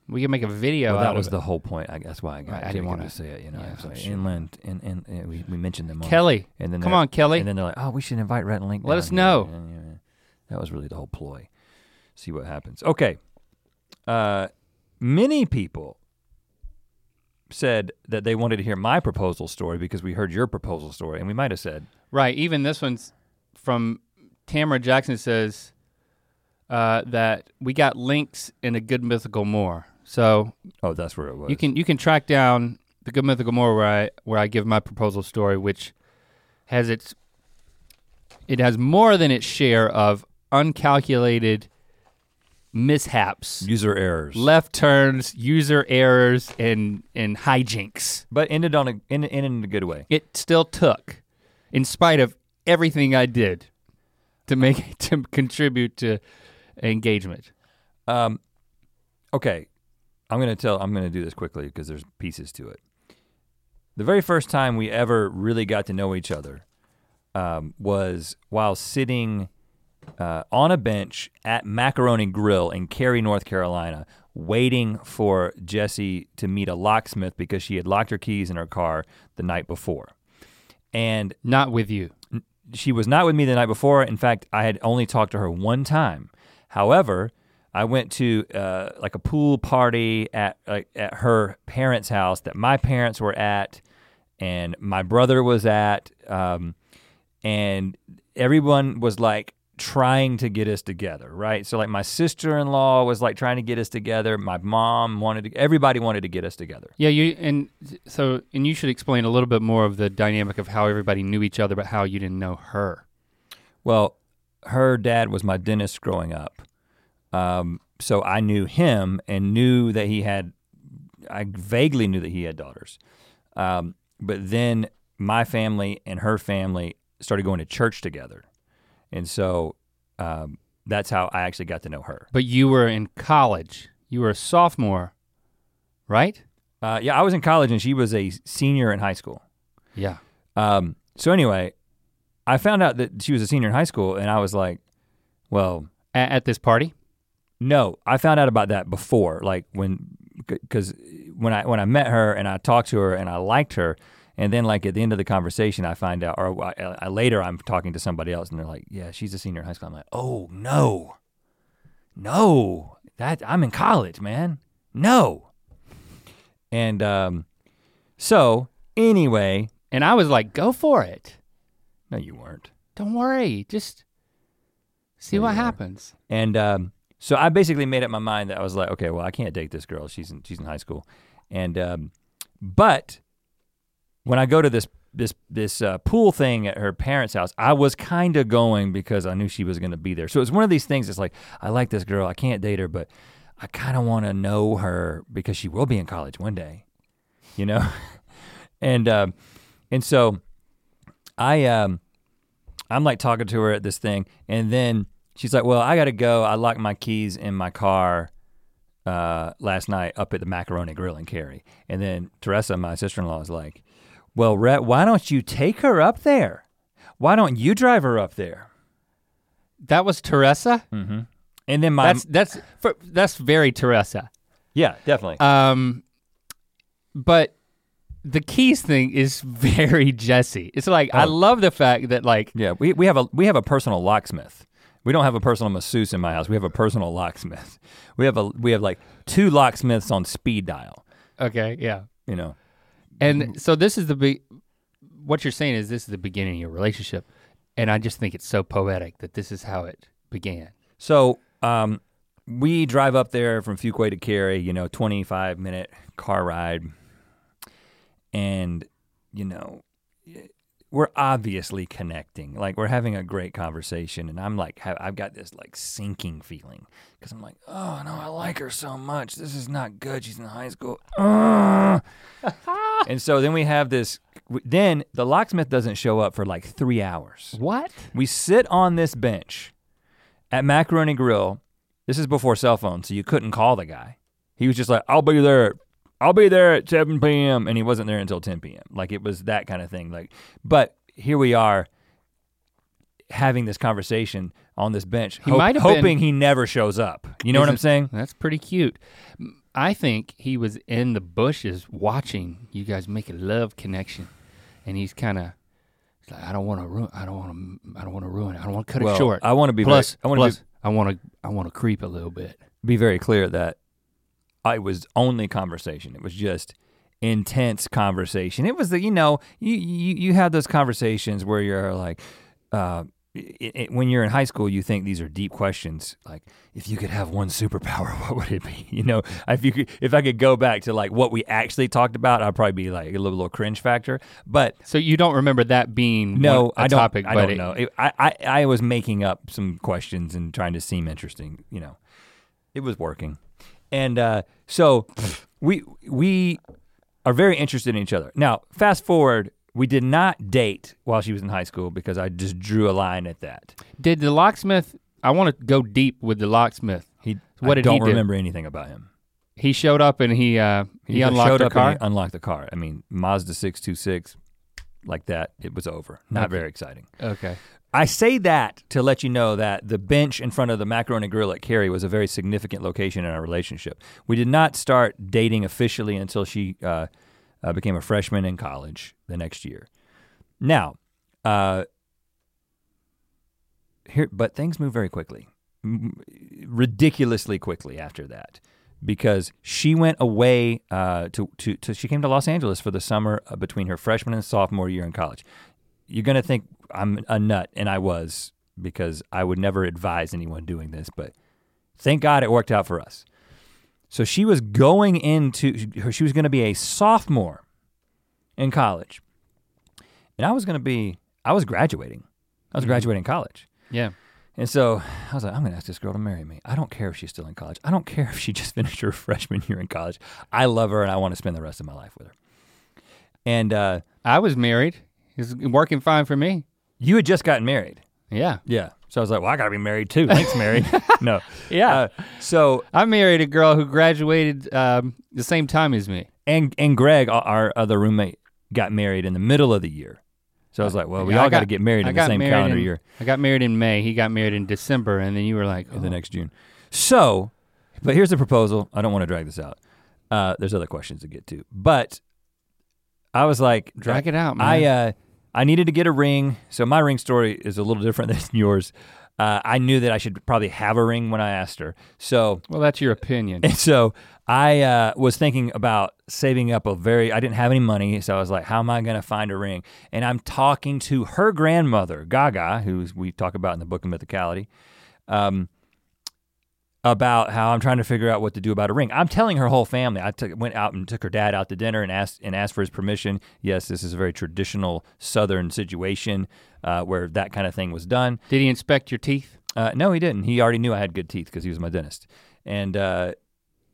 S4: We can make a video.
S1: well,
S4: out
S1: that
S4: of
S1: was
S4: it.
S1: the whole point. I, that's why I got.
S4: Right, I
S1: to
S4: didn't
S1: want
S4: wanna-
S1: to say it. You know,
S4: yeah,
S1: it's
S4: I'm
S1: like
S4: sure.
S1: inland, and, and and we we mentioned them. all.
S4: Kelly.
S1: and then
S4: Come
S1: they're-
S4: on, Kelly.
S1: And then they're like, oh, we should invite Rhett and Link.
S4: Let
S1: down
S4: us
S1: here."
S4: know.
S1: Yeah, yeah, yeah. That was really the whole ploy. See what happens. Okay. Uh, many people said that they wanted to hear my proposal story because we heard your proposal story, and we might have said,
S4: Right. Even this one's from Tamara Jackson says uh, that we got links in a Good Mythical More. So
S1: oh, that's where it was.
S4: you can you can track down the Good Mythical More where I where I give my proposal story, which has its it has more than its share of uncalculated mishaps,
S1: user errors.
S4: left turns, user errors, and and hijinks.
S1: but ended on a ended, ended in a good way.
S4: It still took, in spite of everything I did, to make [LAUGHS] to contribute to engagement.
S1: Um, okay, I'm gonna tell. I'm gonna do this quickly because there's pieces to it. The very first time we ever really got to know each other um, was while sitting uh, on a bench at Macaroni Grill in Cary, North Carolina, waiting for Jesse to meet a locksmith because she had locked her keys in her car the night before, and
S4: Not with you.
S1: she was not with me the night before. In fact, I had only talked to her one time. However, I went to uh, like a pool party at like at her parents' house that my parents were at, and my brother was at, um, and everyone was like trying to get us together, right? So like my sister-in-law was like trying to get us together. My mom wanted to. Everybody wanted to get us together.
S4: Yeah, you and so and you should explain a little bit more of the dynamic of how everybody knew each other, but how you didn't know her.
S1: Well, her dad was my dentist growing up. Um, so I knew him and knew that he had, I vaguely knew that he had daughters. Um, but then my family and her family started going to church together. And so um, that's how I actually got to know her.
S4: But you were in college. You were a sophomore, right?
S1: Uh, yeah, I was in college and she was a senior in high school.
S4: Yeah.
S1: Um, so anyway, I found out that she was a senior in high school and I was like, well,
S4: A- at this party.
S1: No, I found out about that before, like when, because when I when I met her and I talked to her and I liked her, and then like at the end of the conversation, I find out, or I, I, later I'm talking to somebody else and they're like, yeah, she's a senior in high school. I'm like, oh no, no, that I'm in college, man, no. And um, so anyway,
S4: And I was like, go for it.
S1: no, you weren't.
S4: Don't worry. Just see
S1: Yeah,
S4: what
S1: you were.
S4: happens.
S1: And um, so I basically made up my mind that I was like, okay, well, I can't date this girl. She's in she's in high school, and um, but when I go to this this this uh, pool thing at her parents' house, I was kind of going because I knew she was going to be there. So it's one of these things. It's like I like this girl. I can't date her, but I kind of want to know her because she will be in college one day, you know. [LAUGHS] and um, and so I um, I'm like talking to her at this thing, and then she's like, "Well, I gotta go. I locked my keys in my car uh, last night up at the Macaroni Grill in Cary." And then Teresa, my sister-in-law, is like, "Well, Rhett, why don't you take her up there? Why don't you drive her up there?"
S4: That was Teresa.
S1: Hmm. And then my
S4: That's that's for, that's very Teresa.
S1: yeah, definitely.
S4: Um, but the keys thing is [LAUGHS] very Jesse. It's like I
S1: Oh.
S4: love the fact that like
S1: yeah, we, we have a we have a personal locksmith. We don't have a personal masseuse in my house. We have a personal locksmith. We have a we have like two locksmiths on speed dial.
S4: Okay, yeah.
S1: You know,
S4: And so this is the be- what you're saying is this is the beginning of your relationship, and I just think it's so poetic that this is how it began.
S1: So um, we drive up there from Fuquay to Cary, you know, 25 minute car ride. And, you know, we're obviously connecting. Like we're having a great conversation. And I'm like, ha- I've got this like sinking feeling because I'm like, oh no, I like her so much. This is not good. She's in high school. Ugh. and so then we have this, then the locksmith doesn't show up for like three hours.
S4: What?
S1: We sit on this bench at Macaroni Grill. This is before cell phones, so you couldn't call the guy. He was just like, "I'll be there. I'll be there at 7 p.m." and he wasn't there until 10 p.m. Like it was that kind of thing. Like, but here we are having this conversation on this bench,
S4: He might have been-
S1: hoping he never shows up. You know what I'm
S4: Isn't-
S1: saying?
S4: That's pretty cute. M- I think he was in the bushes watching you guys make a love connection, and he's kind of. Like, I don't want to ruin. I don't want to. I don't want to ruin it. I don't want to cut
S1: Well,
S4: it short.
S1: I want to be
S4: plus,
S1: very, I want
S4: plus,
S1: to
S4: I want to. I want to creep a little bit.
S1: be, be very clear that I was only conversation. It was just intense conversation. It was the you know you you you have those conversations where you're like, uh, it, it, when you're in high school, you think these are deep questions. Like, if you could have one superpower, [LAUGHS] what would it be? You know, if you could, if I could go back to like what we actually talked about, I'd probably be like a little, little cringe factor. But
S4: So you don't remember that being
S1: no,
S4: one- a
S1: I don't.
S4: topic,
S1: I
S4: but
S1: don't
S4: it-
S1: know. It, I, I I was making up some questions and trying to seem interesting. You know, it was working, and uh, so we we are very interested in each other. Now, fast forward. We did not date while she was in high school because I just drew a line at that.
S4: Did the locksmith? I want to go deep with the locksmith.
S1: He,
S4: What
S1: I
S4: did he
S1: don't
S4: do?
S1: remember anything about him.
S4: He showed up and he uh, he,
S1: just
S4: unlocked
S1: showed
S4: the
S1: up and
S4: car.
S1: he unlocked the car. I mean, Mazda six two six, like that. It was over. Not
S4: Okay.
S1: very exciting.
S4: okay.
S1: I say that to let you know that the bench in front of the Macaroni Grill at Cary was a very significant location in our relationship. We did not start dating officially until she uh, uh, became a freshman in college the next year. Now, uh, here, but things move very quickly, M- ridiculously quickly after that, because she went away uh, to, to to she came to Los Angeles for the summer uh, between her freshman and sophomore year in college. You're gonna think I'm a nut, and I was because I would never advise anyone doing this, but thank God it worked out for us. So she was going into she was going to be a sophomore in college, and I was going to be I was graduating, I was graduating college.
S4: Yeah.
S1: And so I was like, I'm gonna ask this girl to marry me. I don't care if she's still in college. I don't care if she just finished her [LAUGHS] freshman year in college. I love her and I want to spend the rest of my life with her. And uh,
S4: I was married. It's working fine for me.
S1: you had just gotten married.
S4: Yeah.
S1: Yeah. So I was like, well, I gotta be married too. Thanks,
S4: [LAUGHS]
S1: Mary. no.
S4: Yeah.
S1: Uh, so
S4: I married a girl who graduated um, the same time as me.
S1: and and Greg, our- our other roommate, got married in the middle of the year. So I was like, well, we
S4: Uh, Yeah, I
S1: all got, to
S4: got-
S1: get married
S4: I
S1: in the
S4: got
S1: same
S4: married
S1: calendar
S4: in-
S1: year
S4: I got married in May. He got married in December, and then you were like,
S1: in
S4: "Oh."
S1: the next June. So, but here's the proposal. I don't want to drag this out. Uh, there's other questions to get to, but I was like,
S4: drag it out, man.
S1: I uh, I needed to get a ring. So my ring story is a little different [LAUGHS] than yours. Uh, I knew that I should probably have a ring when I asked her. So
S4: "Oh, well, that's your
S1: [LAUGHS]
S4: opinion.
S1: and so I uh, was thinking about saving up a very. I didn't have any money, so I was like, "How am I going to find a ring?" And I'm talking to her grandmother, Gaga, who we talk about in the book of Mythicality, um, about how I'm trying to figure out what to do about a ring. I'm telling her whole family. I took, went out and took her dad out to dinner and asked and asked for his permission. Yes, this is a very traditional Southern situation uh, where that kind of thing was done.
S4: Did he inspect your teeth?
S1: Uh, no, he didn't. He already knew I had good teeth because he was my dentist. And uh,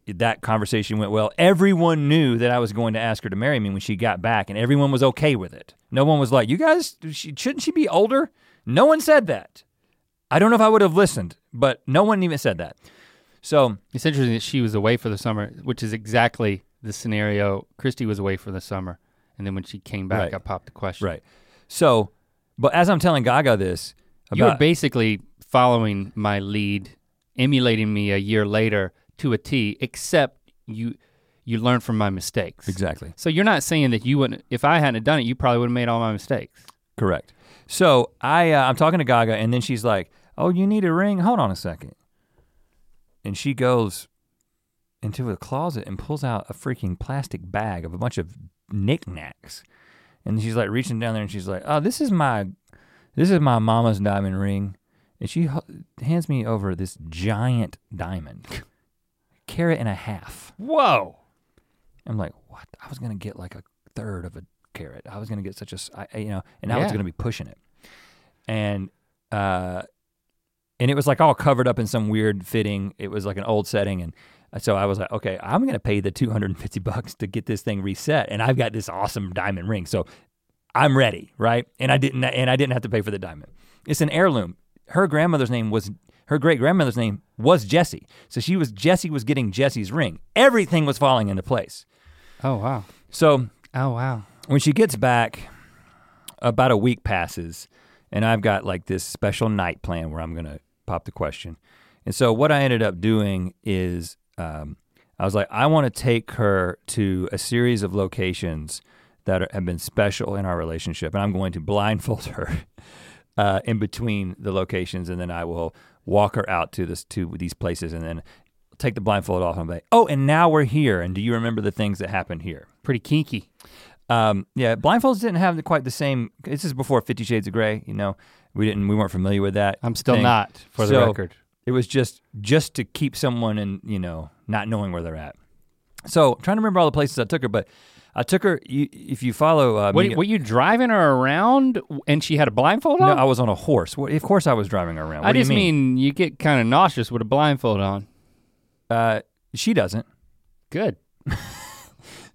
S1: that conversation went well. Everyone knew that I was going to ask her to marry me when she got back, and everyone was okay with it. No one was like, "You guys, she, shouldn't she be older?" No one said that. I don't know if I would have listened, but no one even said that. So
S4: It's interesting that she was away for the summer, which is exactly the scenario. Christy was away for the summer, and then when she came back,
S1: Right.
S4: I popped the question.
S1: right, so, but as I'm telling Gaga this,
S4: you were
S1: about,
S4: basically following my lead, emulating me a year later to a T, except you you learned from my mistakes.
S1: exactly.
S4: So you're not saying that you wouldn't if I hadn't done it, you probably would have made all my mistakes.
S1: Correct. So I uh, I'm talking to Gaga, and then she's like, "Oh, you need a ring? Hold on a second. And she goes into the closet and pulls out a freaking plastic bag of a bunch of knickknacks. And she's like reaching down there and she's like, "Oh, this is my this is my mama's diamond ring." And she h- hands me over this giant diamond. Carat and a half.
S4: Whoa.
S1: I'm like, what? I was gonna get like a third of a carrot. I was gonna get such a, s- I- I- you know, and I was
S4: Yeah.
S1: gonna be pushing it, and uh, and it was like all covered up in some weird fitting. It was like an old setting, and uh, so I was like, okay, I'm gonna pay the 250 bucks to get this thing reset, and I've got this awesome diamond ring, so I'm ready, right? And I didn't, and I didn't have to pay for the diamond. It's an heirloom. Her grandmother's name was. Her great grandmother's name was Jessie. So she was, Jessie was getting Jessie's ring. Everything was falling into place.
S4: Oh wow.
S1: So
S4: Oh wow.
S1: when she gets back, about a week passes, and I've got like this special night plan where I'm gonna pop the question. And so what I ended up doing is um, I was like, I want to take her to a series of locations that are, have been special in our relationship, and I'm going to blindfold her [LAUGHS] uh, in between the locations, and then I will walk her out to this to these places, and then take the blindfold off and be like, oh, and now we're here, and do you remember the things that happened here?
S4: Pretty kinky.
S1: Um, yeah, blindfolds didn't have the, quite the same. This is before Fifty Shades of Grey. You know, we didn't. We weren't familiar with that.
S4: I'm still
S1: thing.
S4: not for the
S1: So-
S4: record.
S1: It was just just to keep someone in. You know, not knowing where they're at. So I'm trying to remember all the places I took her, but I took her. You, if you follow, uh,
S4: What,
S1: Meet-
S4: were you driving her around and she had a blindfold
S1: no,
S4: on?
S1: I was on a horse. Well, of course, I was driving her around. What
S4: I
S1: do you
S4: just mean? you get kind of nauseous with a blindfold on.
S1: uh, she doesn't.
S4: Good.
S1: [LAUGHS]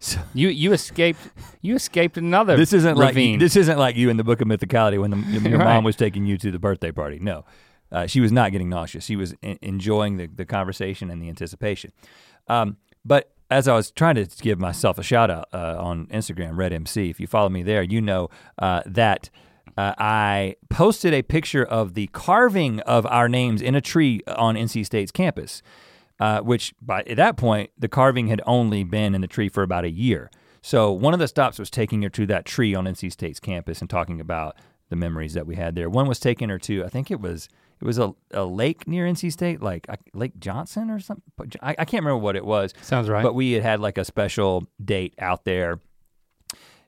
S1: So-
S4: you you escaped you escaped another
S1: This isn't
S4: ravine.
S1: like this isn't like you in the Book of Mythicality when
S4: [LAUGHS]
S1: the, your
S4: Right.
S1: mom was taking you to the birthday party. No, uh, she was not getting nauseous. She was en- enjoying the, the conversation and the anticipation. Um, but as I was trying to give myself a shout out uh, on Instagram, Red MC, if you follow me there, you know uh, that. Uh, I posted a picture of the carving of our names in a tree on NC State's campus, uh, which by at that point the carving had only been in the tree for about a year. So one of the stops was taking her to that tree on NC State's campus and talking about the memories that we had there. One was taking her to I think it was it was a, a lake near NC State, like uh, Lake Johnson or something. But I, I can't remember what it was.
S4: Sounds right.
S1: But we had had like a special date out there.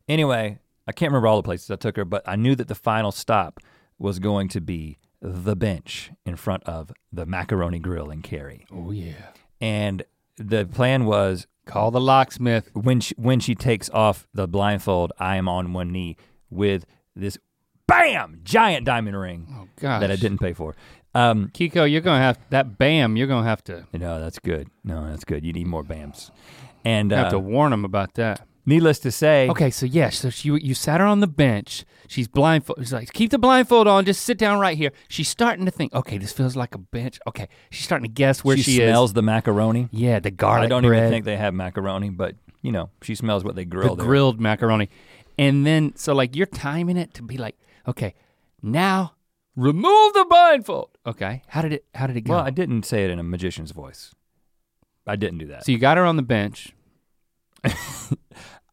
S1: Anyway, I can't remember all the places I took her, but I knew that the final stop was going to be the bench in front of the Macaroni Grill in Cary.
S4: oh yeah.
S1: And the plan was
S4: Call the locksmith.
S1: when she, when she takes off the blindfold, I am on one knee with this bam giant diamond ring
S4: Oh gosh.
S1: that I didn't pay for. Um,
S4: Kiko, you're gonna have that bam, you're gonna have to
S1: no, that's good. No, that's good. You need more bams. And
S4: have to
S1: uh,
S4: warn him about that.
S1: needless to say,
S4: Okay, so yeah, so she you sat her on the bench. She's blindfolded. She's like, keep the blindfold on, just sit down right here. She's starting to think, okay, this feels like a bench. Okay. She's starting to guess where
S1: she,
S4: she,
S1: smells the macaroni.
S4: is. Yeah, the garlic
S1: I don't
S4: bread.
S1: even think they have macaroni, but you know, she smells what they grill.
S4: the
S1: there.
S4: grilled macaroni. And then, so like you're timing it to be like, okay, now remove the blindfold. Okay, how did it? How did it go?
S1: Well, I didn't say it in a magician's voice. I didn't do that.
S4: so you got her on the bench.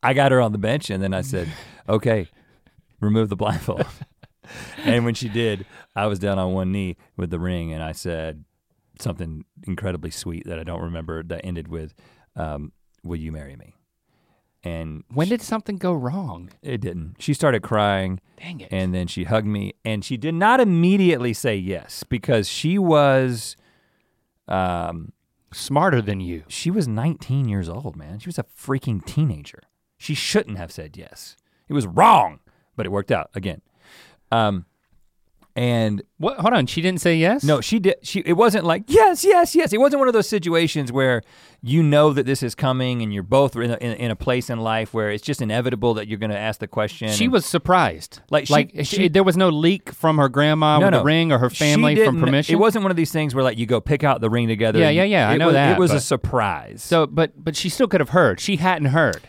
S1: I got her on the bench, and then I [LAUGHS] said, "Okay, remove the blindfold." [LAUGHS] and when she did, I was down on one knee with the ring, and I said something incredibly sweet that I don't remember that ended with, um, "Will you marry me?" And
S4: When did something go wrong?
S1: it didn't. She started crying.
S4: Dang it!
S1: and then she hugged me and she did not immediately say yes because she was um
S4: Smarter than you.
S1: she was 19 years old man she was a freaking teenager she shouldn't have said yes it was wrong but it worked out again um and
S4: What? Hold on. She didn't say yes.
S1: no she did she it wasn't like yes yes yes it wasn't one of those situations where you know that this is coming and you're both in a, in, a- in a place in life where it's just inevitable that you're going to ask the question
S4: She
S1: and-
S4: was surprised.
S1: Like, she-
S4: like she,
S1: she-
S4: there was no leak from her grandma
S1: No,
S4: Uh, with
S1: no.
S4: the ring or her
S1: She
S4: family from
S1: didn't-
S4: permission.
S1: It wasn't one of these things where like you go pick out the ring together.
S4: Yeah,
S1: and-
S4: yeah, yeah, I
S1: it
S4: know
S1: was,
S4: that,
S1: It was a
S4: but-
S1: surprise. So
S4: so, but but she still could have heard. She hadn't heard.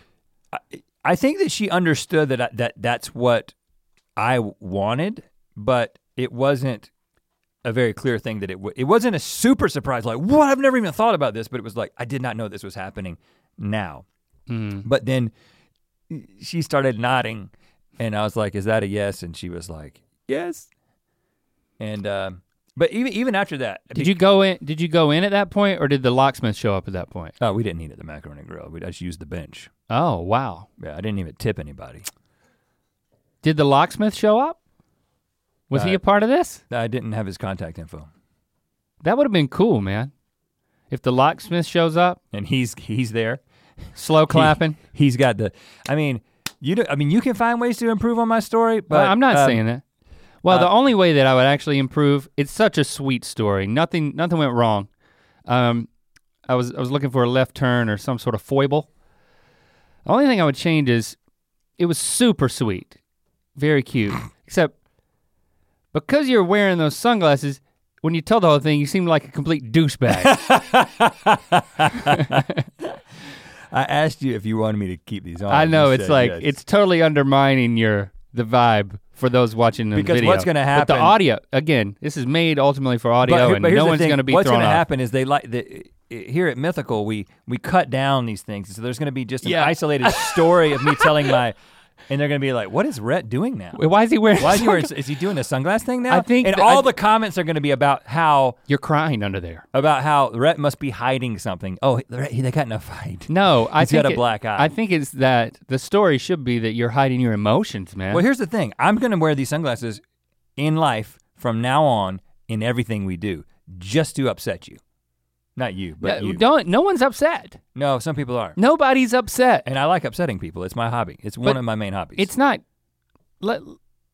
S1: I think that she understood that I, that that's what I wanted, but it wasn't a very clear thing that it w- it wasn't a super surprise. Like what? I've never even thought about this, but it was like I did not know this was happening now.
S4: Mm.
S1: But then she started nodding, and I was like, "Is that a yes?" And she was like, "Yes." And um But even even after that,
S4: Did you go in? Did you go in at that point, or did the locksmith show up at that point?
S1: Oh, we didn't eat at the macaroni grill. We just used the bench.
S4: Oh wow!
S1: Yeah, I didn't even tip anybody.
S4: Did the locksmith show up? Was he
S1: Uh,
S4: a part of this?
S1: I didn't have his contact info,
S4: That would have been cool, man. If the locksmith shows up,
S1: and he's he's there.
S4: slow clapping.
S1: He, has got the. I mean, you do, I mean, you can find ways to improve on my story, but
S4: Well, Uh, I'm not
S1: um,
S4: saying that. Well,
S1: uh,
S4: the only way that I would actually improve, it's such a sweet story. Nothing nothing went wrong. Um, I was I was looking for a left turn or some sort of foible. The only thing I would change is it was super sweet.
S1: [LAUGHS]
S4: Very cute. Except because you're wearing those sunglasses, when you told the whole thing, you seemed like a
S1: [LAUGHS]
S4: complete douchebag.
S1: I asked you if you wanted me to keep these on.
S4: I know
S1: You
S4: it's
S1: said
S4: like
S1: yes.
S4: it's totally undermining your the vibe for those watching the
S1: Because
S4: video.
S1: what's gonna
S4: But the
S1: happen-
S4: audio again, this is made ultimately for audio,
S1: here-
S4: and
S1: here's
S4: no
S1: the
S4: one's
S1: thing.
S4: going to be
S1: What's
S4: thrown
S1: gonna
S4: off.
S1: happen is they like the. Here at Mythical, we we cut down these things, so there's going to be just an
S4: Yeah. [LAUGHS]
S1: isolated story of me telling my, and they're going to be like, "What is Rhett doing now?
S4: Wait, Why is he wearing?
S1: Why is he wearing? Is he doing the sunglass thing now?"
S4: I think
S1: and
S4: that-
S1: all
S4: I-
S1: the comments are going to be about how
S4: [LAUGHS] You're crying under there.
S1: about how Rhett must be hiding something. Oh, Rhett, they got in a
S4: [LAUGHS]
S1: fight.
S4: No, I
S1: He's
S4: think
S1: got a
S4: it-
S1: black eye.
S4: I think it's that the story should be that you're hiding your emotions, man.
S1: Well, here's the thing. I'm gonna wear these sunglasses in life from now on in everything we do, just to upset you. Not you,
S4: No,
S1: but you.
S4: don't. No one's upset.
S1: No, some people are.
S4: Nobody's upset.
S1: And I like upsetting people. It's my hobby. It's one
S4: But
S1: of my main hobbies.
S4: It's not. Let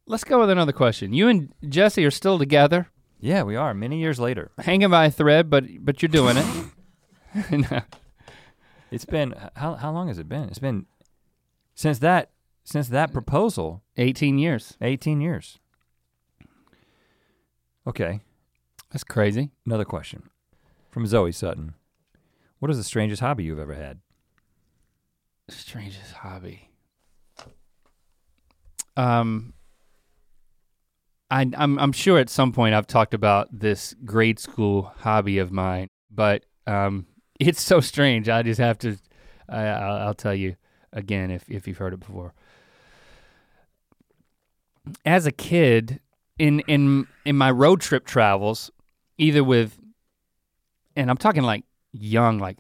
S4: Let's go with another question. You and Jesse are still together,
S1: yeah, we are many years later.
S4: hanging by a thread, but but you're doing it. [LAUGHS] No.
S1: It's been how how long has it been? It's been since that since that proposal,
S4: 18 years.
S1: 18 years. Okay.
S4: That's crazy.
S1: Another question from Zoe Sutton. What is the strangest hobby you've ever had?
S4: Strangest hobby. Um, I, I'm I'm sure at some point I've talked about this grade school hobby of mine, but um, [LAUGHS] it's so strange. I just have to. I, I'll, I'll tell you again if if you've heard it before. As a kid, in in in my road trip travels, either with, and I'm talking like young, like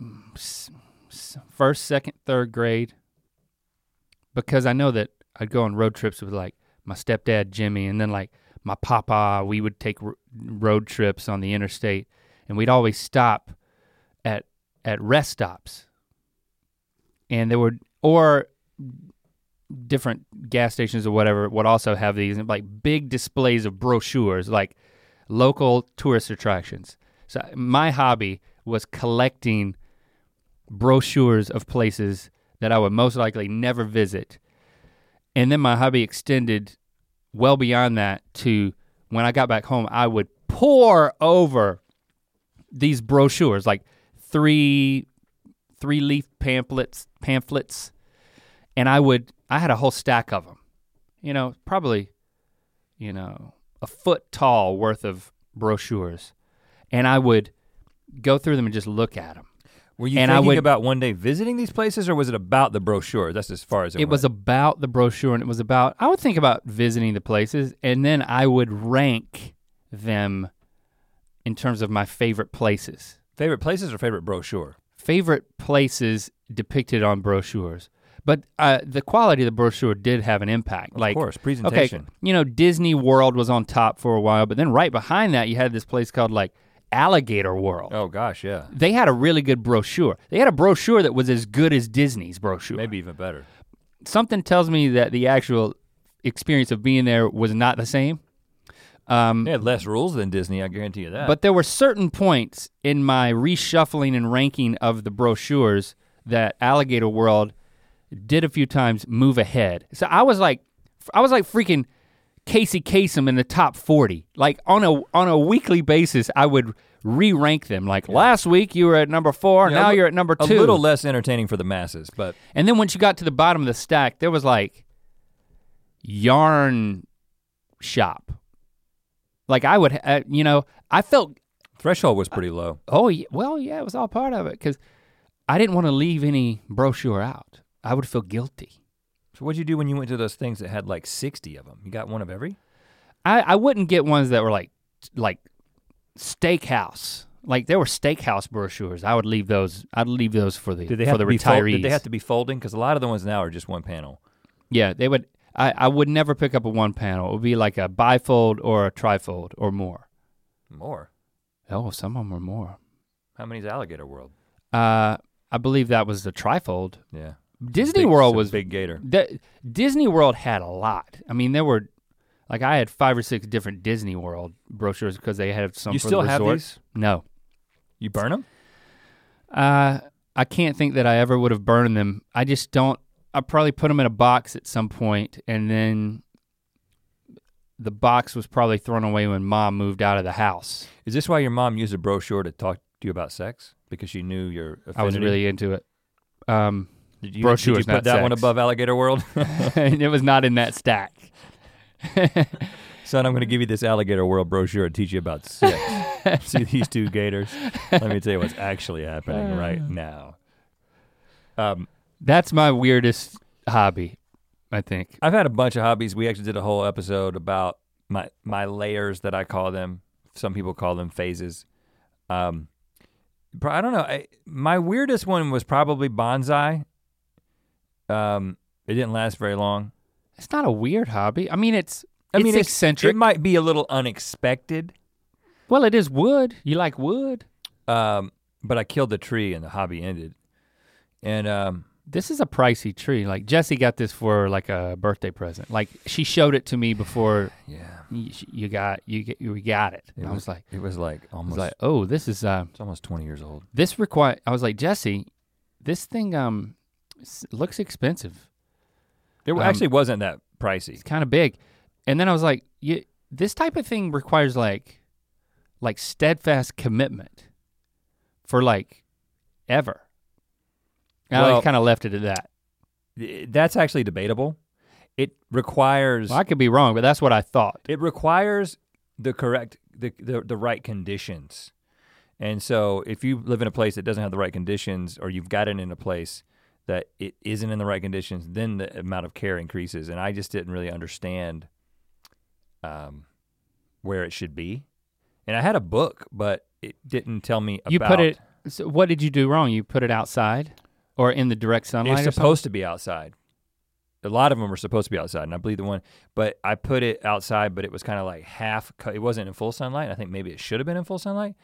S4: mm, s- s- first, second, third grade, because I know that I'd go on road trips with like my stepdad Jimmy, and then like my papa. We would take r- road trips on the interstate, and we'd always stop at at rest stops, and there were or different gas stations or whatever would also have these and like big displays of brochures like local tourist attractions. So my hobby was collecting brochures of places that I would most likely never visit. And then my hobby extended well beyond that to when I got back home, I would pour over these brochures, like three three leaf pamphlets pamphlets and I would I had a whole stack of them. You know, probably you know, a foot tall worth of brochures. And I would go through them and just look at them.
S1: Were you
S4: And I
S1: thinking
S4: would-
S1: about one day visiting these places, or was it about the brochure? That's as far as it,
S4: It was about the brochure and it was about, I would think about visiting the places and then I would rank them in terms of my favorite places.
S1: favorite places or favorite brochure.
S4: Favorite places depicted on brochures. But uh, the quality of the brochure did have an impact.
S1: Of
S4: like,
S1: course,
S4: okay,
S1: presentation.
S4: you know, Disney World was on top for a while, but then right behind that, you had this place called like Alligator World.
S1: Oh gosh, yeah,
S4: They had a really good brochure. They had a brochure that was as good as Disney's brochure.
S1: maybe even better.
S4: something tells me that the actual experience of being there was not the same. Um,
S1: They had less rules than Disney. I guarantee you that.
S4: But there were certain points in my reshuffling and ranking of the brochures that Alligator World did a few times move ahead. So I was like, I was like freaking Casey Kasem in the top forty. Like on a on a weekly basis, I would re-rank them. Like last week you were at number four,
S1: Yeah, a
S4: now
S1: li-
S4: you're at number
S1: a
S4: two.
S1: little less entertaining for the masses, but
S4: And then once you got to the bottom of the stack, there was like yarn shop. Like I would, uh, you know, I felt,
S1: threshold was pretty low.
S4: oh, y- well, yeah, it was all part of it because I didn't want to leave any brochure out. I would feel guilty.
S1: So what'd you do when you went to those things that had like sixty of them? You got one of every.
S4: I, I wouldn't get ones that were like like steakhouse. Like there were steakhouse brochures. I would leave those. I'd leave those for the
S1: Did they
S4: for
S1: have
S4: the
S1: to be fold-
S4: retirees.
S1: did they have to be folding? Because a lot of the ones now are just one panel.
S4: yeah, they would. I, I would never pick up a one panel. It would be like a bifold or a trifold or more.
S1: More.
S4: Oh, some of them were more.
S1: How many's Alligator World?
S4: Uh, I believe that was the trifold.
S1: Yeah.
S4: Disney
S1: Big-
S4: World
S1: it's a
S4: was
S1: big gator.
S4: that Disney World had a lot. I mean, there were like I had five or six different Disney World brochures because they had some.
S1: You
S4: for
S1: still
S4: the
S1: have
S4: resort.
S1: these?
S4: No,
S1: You burn them?
S4: uh, I can't think that I ever would have burned them. I just don't. I probably put them in a box at some point, and then the box was probably thrown away when Mom moved out of the house.
S1: Is this why your mom used a brochure to talk to you about sex? Because she knew your affinity?
S4: I was really into it. Um, [LAUGHS]
S1: did you,
S4: brochures,
S1: Did you
S4: not
S1: put that one
S4: sex.
S1: above Alligator
S4: [LAUGHS]
S1: World?
S4: and it was not in that stack.
S1: Son, I'm going to give you this Alligator World brochure and teach you about sex.
S4: [LAUGHS]
S1: See these two gators? Let me tell you what's actually happening
S4: [LAUGHS]
S1: right now. Um,
S4: That's my weirdest hobby, I think.
S1: I've had a bunch of hobbies. We actually did a whole episode about my my layers that I call them. Some people call them phases. Um, pro- I don't know. I, my weirdest one was probably bonsai. Um, it didn't last very long.
S4: It's not a weird hobby. I mean, it's
S1: I mean, it's-
S4: eccentric.
S1: It might be a little unexpected.
S4: well, it is wood. You like wood.
S1: Um, but I killed the tree and the hobby ended. And um,
S4: This is a pricey tree. Like Jesse got this for like a birthday present. Like she showed it to me before
S1: yeah,
S4: you, you got you get you got it. And I was like,
S1: it was like
S4: I was
S1: almost
S4: like, oh, this is uh,
S1: it's almost 20 years old.
S4: this require. I was like, Jesse, this thing um s- looks expensive.
S1: It
S4: Um,
S1: actually wasn't that pricey.
S4: It's kind of big. And then I was like, you, this type of thing requires like like steadfast commitment for like ever. And I
S1: Well-
S4: kind of left it at that.
S1: That's actually debatable. It requires
S4: Well, I could be wrong, but that's what I thought.
S1: It requires the correct the, the the right conditions. And so if you live in a place that doesn't have the right conditions or you've got it in a place that it isn't in the right conditions, then the amount of care increases. And I just didn't really understand um where it should be. And I had a book, but it didn't tell me about
S4: You put it. So what did you do wrong? You put it outside, or in the direct sunlight?
S1: It's
S4: or something?
S1: supposed to be outside. A lot of them were supposed to be outside, and I believe the one, but I put it outside, but it was kind of like half. co- It wasn't in full sunlight. and I think maybe it should have been in full sunlight.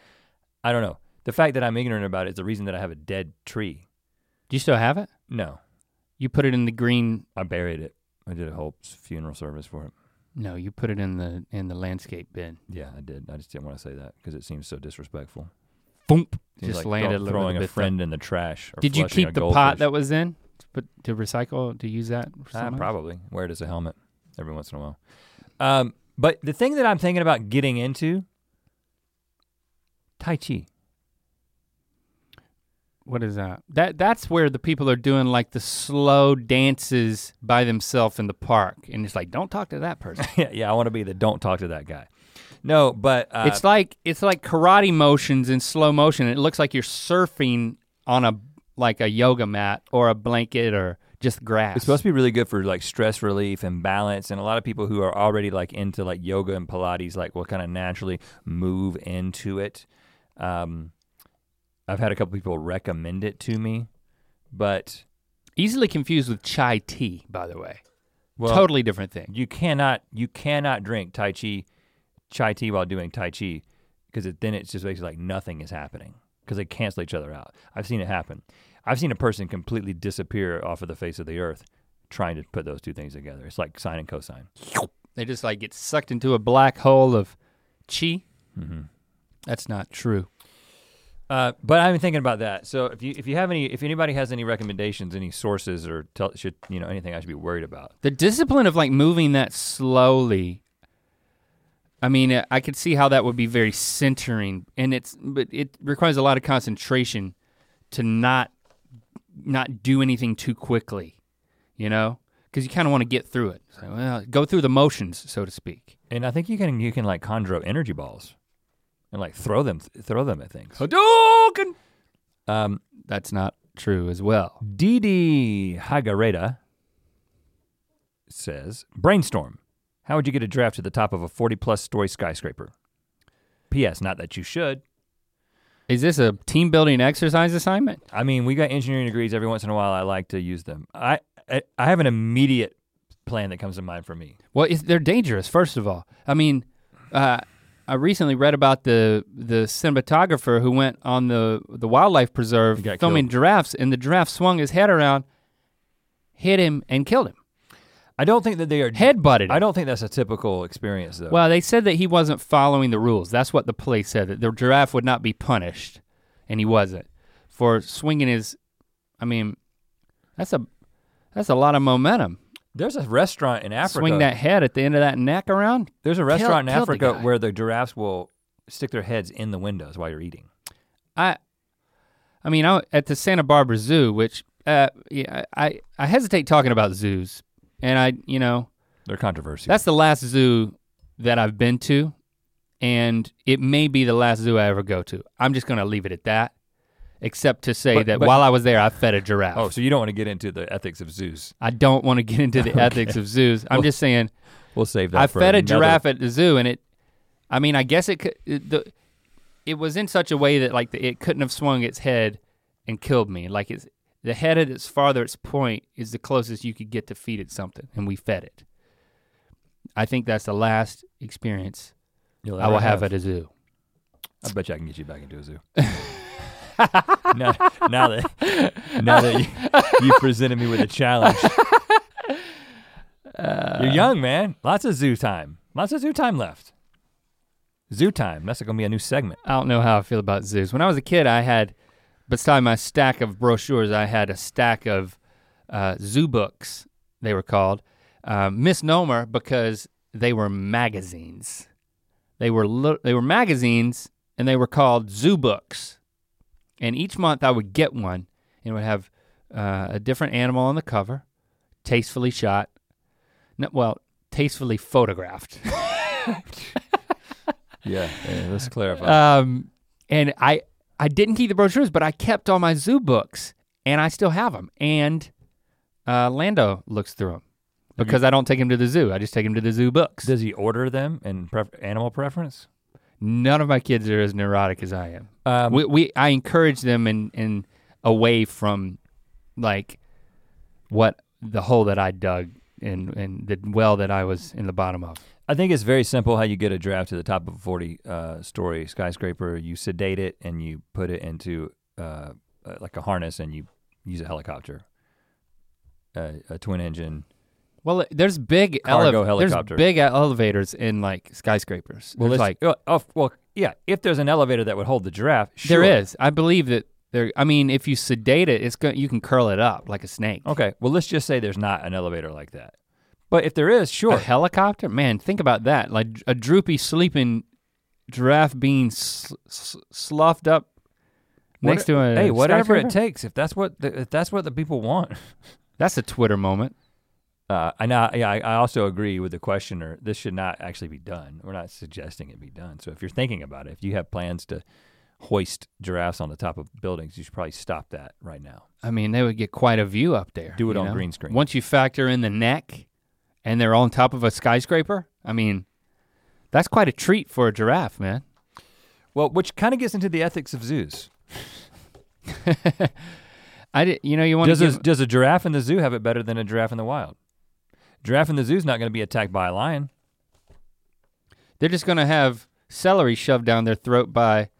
S1: I don't know. The fact that I'm ignorant about it is the reason that I have a dead tree.
S4: Do you still have it?
S1: No,
S4: You put it in the green.
S1: I buried it. I did a whole s- funeral service for it.
S4: No, you put it in the in the landscape bin.
S1: Yeah, I did. I just didn't want to say that because it seems so disrespectful.
S4: Boom.
S1: Seems
S4: Just
S1: like
S4: landed
S1: throw-
S4: a
S1: throwing
S4: little
S1: a
S4: bit
S1: friend in the trash. Or
S4: there. Did you
S1: flushing a
S4: keep the pot
S1: goldfish.
S4: that was in? To Put to recycle to use that. for
S1: Ah,
S4: something else?
S1: probably. Wear it as a helmet every once in a while. Um, but the thing that I'm thinking about getting into, Tai Chi. [LAUGHS]
S4: What is that? That that's where the people are doing like the slow dances by themselves in the park, and it's like don't talk to
S1: [LAUGHS]
S4: that person.
S1: yeah, yeah, I want to be the don't talk to that guy. No, but uh,
S4: it's like it's like karate motions in slow motion. It looks like you're surfing on a like a yoga mat or a blanket or just grass.
S1: it's supposed to be really good for like stress relief and balance. And a lot of people who are already like into like yoga and Pilates, like will kind of naturally move into it. Um, I've had a couple people recommend it to me, but
S4: easily confused with chai tea, by the way.
S1: well,
S4: totally different thing.
S1: You cannot you cannot drink tai chi, chai tea while doing tai chi, because it, then it's just basically like nothing is happening because they cancel each other out. I've seen it happen. I've seen a person completely disappear off of the face of the earth trying to put those two things together. It's like sine and cosine.
S4: They just like get sucked into a black hole of chi.
S1: Mm-hmm.
S4: That's not true.
S1: Uh, but I've been thinking about that. So if you if you have any if anybody has any recommendations, any sources or tell, should you know anything I should be worried about.
S4: The discipline of like moving that slowly. I mean, I- I could see how that would be very centering, and it's but it requires a lot of concentration to not not do anything too quickly, you know, because you kind of want to get through it. So, well, go through the motions, so to speak.
S1: And I think you can you can like conjure up energy balls, and like throw them throw them at things.
S4: Hadouken.
S1: Um,
S4: That's not true as well.
S1: Didi Hagareda says, brainstorm. How would you get a draft to the top of a 40 plus story skyscraper? P.S. Not that you should.
S4: Is this a team building exercise assignment?
S1: I mean, we got engineering degrees. Every once in a while, I like to use them. I I, I have an immediate plan that comes to mind for me.
S4: Well, it's, they're dangerous. First of all, I mean, uh, I recently read about the the cinematographer who went on the the wildlife preserve
S1: He got
S4: filming
S1: killed.
S4: giraffes, and the giraffe swung his head around, hit him, and killed him.
S1: I don't think that they are.
S4: Head butted.
S1: I don't think that's a typical experience though.
S4: Well, they said that he wasn't following the rules. That's what the police said that the giraffe would not be punished, and he wasn't for swinging his. I mean, that's a that's a lot of momentum.
S1: there's a restaurant in Africa.
S4: Swing that head at the end of that neck around.
S1: There's a restaurant in
S4: kill the
S1: Africa
S4: guy.
S1: where the giraffes will stick their heads in the windows while you're eating.
S4: I, I mean, I, at the Santa Barbara Zoo, which uh, yeah, I I hesitate talking about zoos, and I you know
S1: They're controversial.
S4: that's the last zoo that I've been to, and it may be the last zoo I ever go to. I'm just gonna leave it at that, except to say
S1: But-
S4: that
S1: but-
S4: while I was there, I fed a giraffe.
S1: oh, so you don't want to get into the ethics of zoos.
S4: I don't want to get into
S1: [LAUGHS]
S4: the ethics of zoos. I'm just saying
S1: We'll save that.
S4: I
S1: for
S4: fed a
S1: another-
S4: giraffe at the zoo, and it. I mean, I guess it could. It, the, it was in such a way that like the, it couldn't have swung its head and killed me. Like it's the head at its farthest point is the closest you could get to feed it something, and we fed it. I think that's the last experience
S1: You'll
S4: I will
S1: ever
S4: have at a zoo.
S1: I bet you I can get you back into a
S4: [LAUGHS]
S1: zoo. now, now that now that you, you presented me with a challenge,
S4: Uh,
S1: you're young, man. Lots of zoo time. Lots of zoo time left. Zoo time. That's gonna be a new segment.
S4: I don't know how I feel about zoos. When I was a kid, I had, beside my stack of brochures, I had a stack of uh, zoo books, they were called. Uh, misnomer because they were magazines. They were, li- they were magazines and they were called zoo books. And each month I would get one and it would have uh, a different animal on the cover, tastefully shot. No, well, tastefully photographed.
S1: Yeah. let's clarify.
S4: um, and I I didn't keep the brochures, but I kept all my zoo books, and I still have them. And uh, Lando looks through them because I don't take him to the zoo. I just take him to the zoo books.
S1: Does he order them in pref- animal preference?
S4: None of my kids are as neurotic as I am.
S1: Um,
S4: we, we I encourage them in in away from like what the hole that I dug and and the well that I was in the bottom of.
S1: I think it's very simple how you get a giraffe to the top of a 40 uh, story skyscraper. You sedate it and you put it into uh, uh, like a harness and you use a helicopter, uh, a twin engine.
S4: Well, there's big
S1: Cargo
S4: elev-
S1: helicopter.
S4: There's big elevators in like skyscrapers.
S1: Well,
S4: There's,
S1: it's
S4: like
S1: like, well, of- well, yeah, if there's an elevator that would hold the giraffe, sure.
S4: There is. I believe that there. I mean, if you sedate it, it's going. You can curl it up like a snake.
S1: Okay, well, let's just say there's not an elevator like that. But if there is,
S4: A
S1: sure.
S4: helicopter, man. Think about that. Like a droopy sleeping giraffe being sl- sl- sloughed up [LAUGHS] next
S1: What-
S4: to a.
S1: hey, whatever it
S4: skyscraper?
S1: takes, if that's what the, if that's what the people want.
S4: That's a Twitter moment.
S1: Uh, and I, yeah, I I also agree with the questioner. This should not actually be done. We're not suggesting it be done. So if you're thinking about it, if you have plans to hoist giraffes on the top of buildings, you should probably stop that right now.
S4: I mean, they would get quite a view up there.
S1: Do it
S4: you
S1: on
S4: know?
S1: green screen.
S4: Once you factor in the neck, and they're on top of a skyscraper. I mean, that's quite a treat for a giraffe, man.
S1: Well, which kind of gets into the ethics of zoos.
S4: I did. You know, you want
S1: Does
S4: to.
S1: a, does a giraffe in the zoo have it better than a giraffe in the wild? Giraffe in the zoo's not going to be attacked by a lion.
S4: They're just gonna have celery shoved down their throat by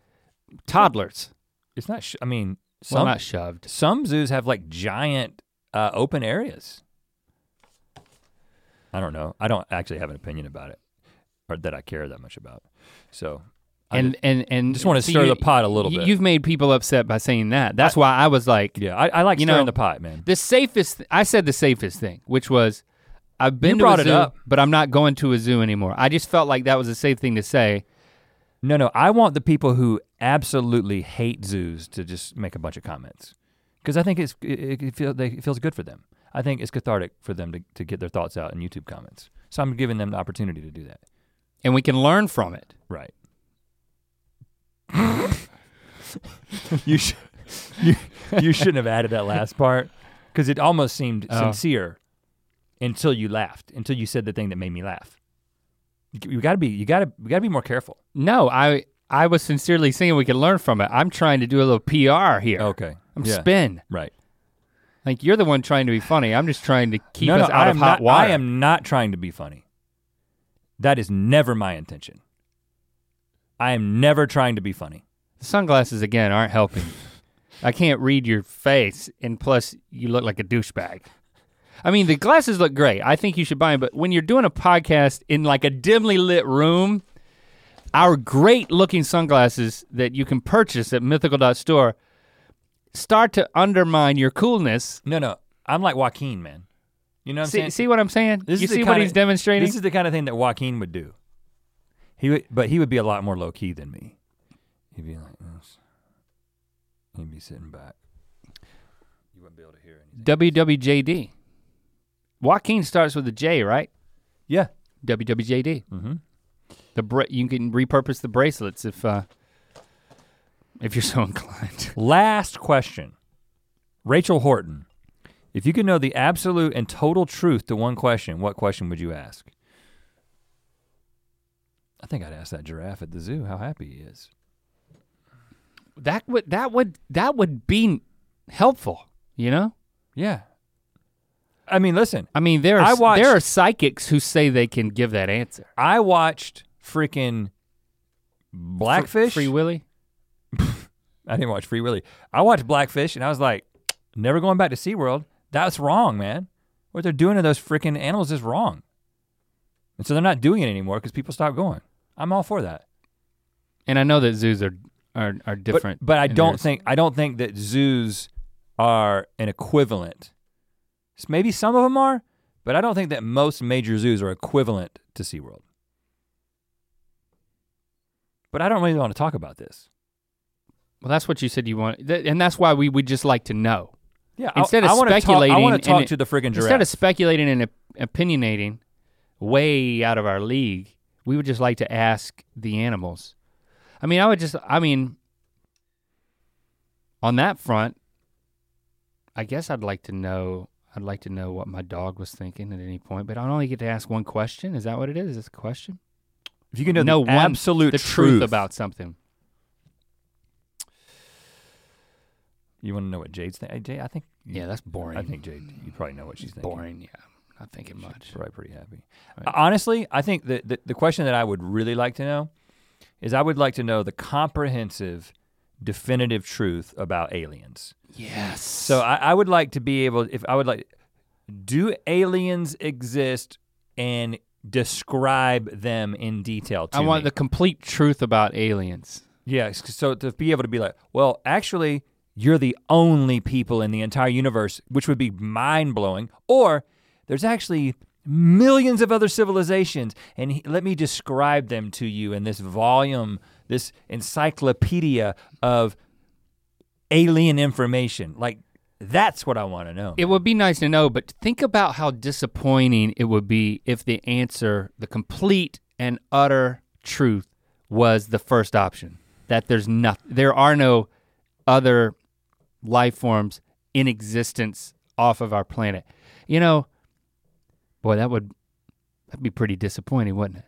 S4: toddlers.
S1: It's not. Sh- I mean, some
S4: Well, not shoved.
S1: some zoos have like giant uh, open areas. I don't know. I don't actually have an opinion about it, or that I care that much about. So, I
S4: And
S1: ju-
S4: and and
S1: just wanna
S4: so
S1: stir the pot a little
S4: you-
S1: bit.
S4: You've made people upset by saying that. That's why I was like,
S1: yeah, I, I like
S4: You
S1: stirring
S4: know,
S1: the pot, man.
S4: the safest. I said the safest thing, which was, I've been
S1: You
S4: to
S1: brought
S4: a
S1: it
S4: zoo,
S1: up.
S4: but I'm not going to a zoo anymore. I just felt like that was a safe thing to say.
S1: No, no, I want the people who absolutely hate zoos to just make a bunch of comments, because I think it's it, it, feel, they, it feels good for them. I think it's cathartic for them to, to get their thoughts out in YouTube comments. So I'm giving them the opportunity to do that.
S4: And we can learn from it.
S1: Right. [LAUGHS] you should you, you shouldn't have added that last part because it almost seemed
S4: Oh.
S1: sincere until you laughed, until you said the thing that made me laugh. You, you gotta be you gotta you gotta be more careful.
S4: No, I I was sincerely saying we could learn from it. I'm trying to do a little PR here.
S1: Okay.
S4: I'm
S1: Oh, Yeah.
S4: spin.
S1: Right.
S4: Like you're the one trying to be funny. I'm just trying to keep
S1: no,
S4: us
S1: no,
S4: out
S1: I
S4: of
S1: am not,
S4: hot water.
S1: I am not trying to be funny. That is never my intention. I am never trying to be funny.
S4: The sunglasses again aren't helping. I can't read your face, and plus, you look like a douchebag. I mean, the glasses look great. I think you should buy them, but when you're doing a podcast in like a dimly lit room, our great looking sunglasses that you can purchase at mythical.store start to undermine your coolness.
S1: No, no. I'm like Joaquin, man. You know what I'm
S4: See,
S1: saying?
S4: see what I'm saying?
S1: This
S4: you
S1: is the
S4: see what
S1: kinda-
S4: he's demonstrating?
S1: This is the kind of thing that Joaquin would do. He would, but he would be a lot more low key than me. He'd be like this. He'd be sitting back. You wouldn't be able to hear anything.
S4: WWJD. Joaquin starts with a J, right?
S1: Yeah.
S4: WWJD.
S1: Mm-hmm.
S4: The bra- you can repurpose the bracelets if uh, if you're [LAUGHS] so inclined.
S1: Last question. Rachel Horton, if you could know the absolute and total truth to one question, what question would you ask? I think I'd ask that giraffe at the zoo how happy he is.
S4: that would that would that would be helpful. You know,
S1: Yeah. I mean, listen,
S4: I mean there are
S1: I
S4: s-
S1: watched-
S4: there are psychics who say they can give that answer.
S1: I watched freaking
S4: Fr-
S1: Blackfish.
S4: Free Willy.
S1: I didn't watch Free Willy. I watched Blackfish and I was like, never going back to SeaWorld. That's wrong, man. What they're doing to those freaking animals is wrong. And so they're not doing it anymore because people stopped going. I'm all for that.
S4: And I know that zoos are are, are
S1: But-
S4: different.
S1: But, I
S4: and
S1: don't
S4: there's-
S1: think I don't think that zoos are an equivalent. S- Maybe some of them are, but I don't think that most major zoos are equivalent to SeaWorld. But I don't really want to talk about this.
S4: Well, that's what you said you want, th- and that's why we would just like to know.
S1: Yeah.
S4: Instead
S1: I,
S4: of
S1: I wanna talk- I
S4: speculating
S1: want
S4: and
S1: to talk
S4: it-
S1: to the friggin' giraffe.
S4: Instead of speculating and op- opinionating way out of our league, we would just like to ask the animals. I mean, I would just, I mean, on that front, I guess I'd like to know. I'd like to know what my dog was thinking at any point, but I only get to ask one question. Is that what it is? Is this a question?
S1: if you can know
S4: know
S1: the
S4: one-
S1: absolute
S4: the truth about something.
S1: You want to know what Jade's thinking? Jade, I think
S4: Yeah, that's boring.
S1: I think Jade, you probably know what she's thinking.
S4: boring. Yeah, I'm not thinking much.
S1: Probably pretty happy.
S4: Right.
S1: Honestly, I think that the, the question that I would really like to know is I would like to know the comprehensive, definitive truth about aliens.
S4: Yes.
S1: So I, I would like to be able, if I would like, do aliens exist and describe them in detail to
S4: I want
S1: me?
S4: the complete truth about aliens.
S1: Yeah, s- so to be able to be like, well, actually, you're the only people in the entire universe, which would be mind blowing. Or there's actually millions of other civilizations, and he- let me describe them to you in this volume, this encyclopedia of alien information. Like, that's what I want to know.
S4: It would be nice to know, but think about how disappointing it would be if the answer, the complete and utter truth, was the first option. That there's nothing, there are no other life forms in existence off of our planet. You know, boy, that would that'd be pretty disappointing, wouldn't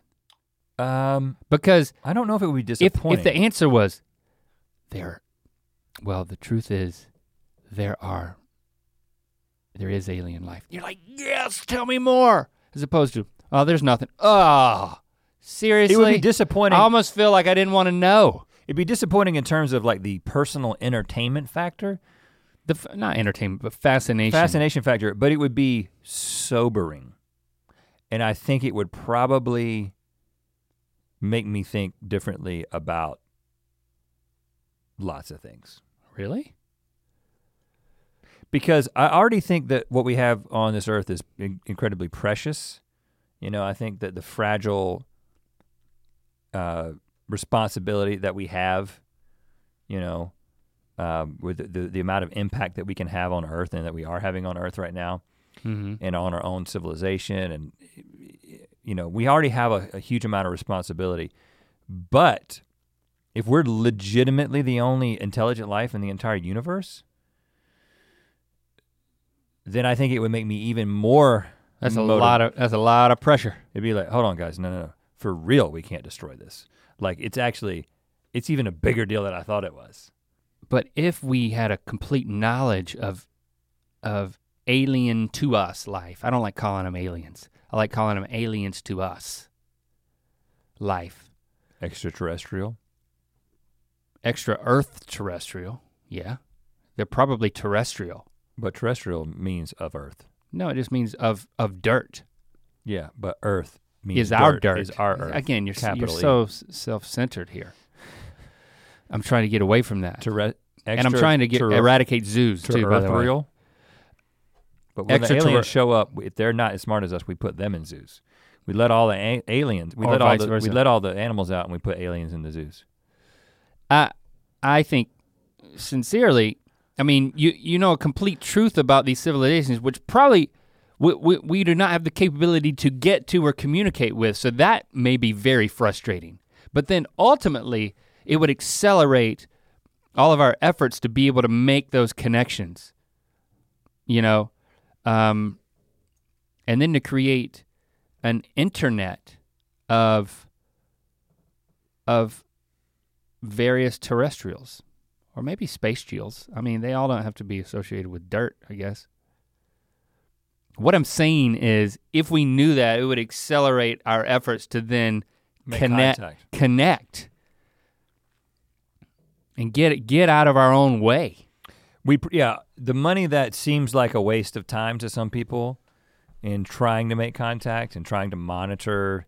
S4: it?
S1: um,
S4: Because
S1: I don't know if it would be
S4: if
S1: disappointing.
S4: if the answer was there, well, the truth is there are there is alien life. You're like, yes, tell me more. As opposed to, oh, there's nothing. Oh, seriously,
S1: it would be disappointing.
S4: I almost feel like I didn't want to know.
S1: It'd be disappointing in terms of like the personal entertainment factor.
S4: The f- not entertainment, but fascination.
S1: fascination factor, but it would be sobering. And I think it would probably make me think differently about lots of things.
S4: Really?
S1: Because I already think that what we have on this earth is in- incredibly precious. You know, I think that the fragile uh, responsibility that we have, you know, um, with the- the, the amount of impact that we can have on earth and that we are having on earth right now,
S4: Mm-hmm.
S1: and on our own civilization and you know we already have a, a huge amount of responsibility but if we're legitimately the only intelligent life in the entire universe then i think it would make me even more
S4: That's a
S1: motiv-
S4: lot of that's a lot of pressure.
S1: it'd be like hold on guys no no no for real we can't destroy this like it's actually it's even a bigger deal than I thought it was.
S4: But if we had a complete knowledge of of alien to us life, I don't like calling them aliens. I like calling them aliens to us. Life,
S1: Extraterrestrial.
S4: extra Earth terrestrial. Yeah, they're probably terrestrial.
S1: But terrestrial means of earth.
S4: No, it just means of of dirt.
S1: Yeah, but earth means
S4: Is our
S1: dirt,
S4: dirt
S1: Is our earth.
S4: Again, you're, s- you're
S1: Capital E.
S4: so s- self-centered here. I'm trying to get away from that,
S1: Terre-
S4: and I'm trying to get eradicate zoos too. By the way.
S1: terrestrial. But when the
S4: Extraterre-
S1: aliens show up, if they're not as smart as us, we put them in zoos. We let all the a- aliens. We
S4: Or
S1: let all
S4: vice
S1: the
S4: versa.
S1: we let all the animals out, and we put aliens in the zoos.
S4: I I think sincerely, I mean, you you know a complete truth about these civilizations, which probably we, we, we do not have the capability to get to or communicate with. So that may be very frustrating. But then ultimately, it would accelerate all of our efforts to be able to make those connections. You know, um, and then to create an internet of of various terrestrials or maybe spacegeals. I mean, they all don't have to be associated with dirt, I guess. What I'm saying is if we knew that, it would accelerate our efforts to then
S1: Make
S4: connect
S1: contact.
S4: connect and get get out of our own way.
S1: We pr- yeah, the money that seems like a waste of time to some people in trying to make contact and trying to monitor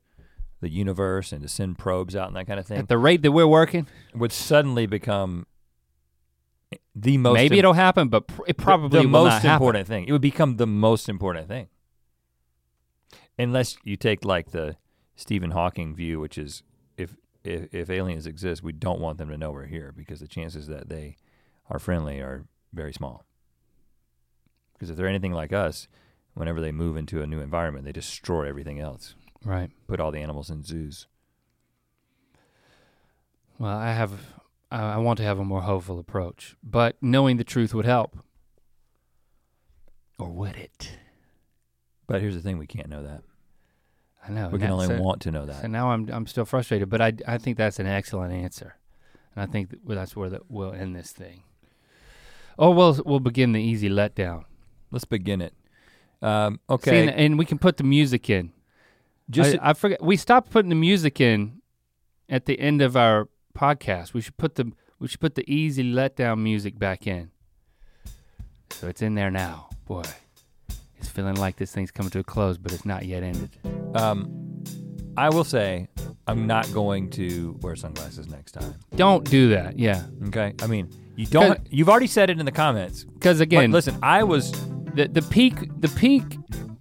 S1: the universe and to send probes out and that kind of thing
S4: At the rate that we're working,
S1: would suddenly become the most
S4: maybe
S1: im-
S4: it'll happen, but pr- it probably
S1: the
S4: will
S1: most
S4: not happen.
S1: important thing. It would become the most important thing. Unless you take like the Stephen Hawking view, which is if if, if aliens exist, we don't want them to know we're here because the chances that they are friendly are very small. Because if they're anything like us, whenever they move into a new environment, they destroy everything else.
S4: Right.
S1: Put all the animals in zoos.
S4: Well, I have I I want to have a more hopeful approach, but knowing the truth would help. Or would it?
S1: But here's the thing: we can't know that.
S4: I know.
S1: We can
S4: and that-
S1: only
S4: Oh, so-
S1: want to know
S4: So
S1: that.
S4: now I'm I'm still frustrated, but I I think that's an excellent answer, and I think that, well, that's where the, we'll end this thing. Oh well, we'll begin the easy letdown.
S1: Let's begin it. Um,
S4: See,
S1: okay,
S4: and, and we can put the music in.
S1: just
S4: I, I forget we stopped putting the music in at the end of our podcast. We should put the we should put the easy letdown music back in. So it's in there now, boy. It's feeling like this thing's coming to a close, but it's not yet ended.
S1: Um, I will say I'm not going to wear sunglasses next time.
S4: Don't do that, yeah.
S1: Okay, I mean you don't. You've already said it in the comments.
S4: Because
S1: But
S4: again,
S1: listen, I was
S4: the, the peak the peak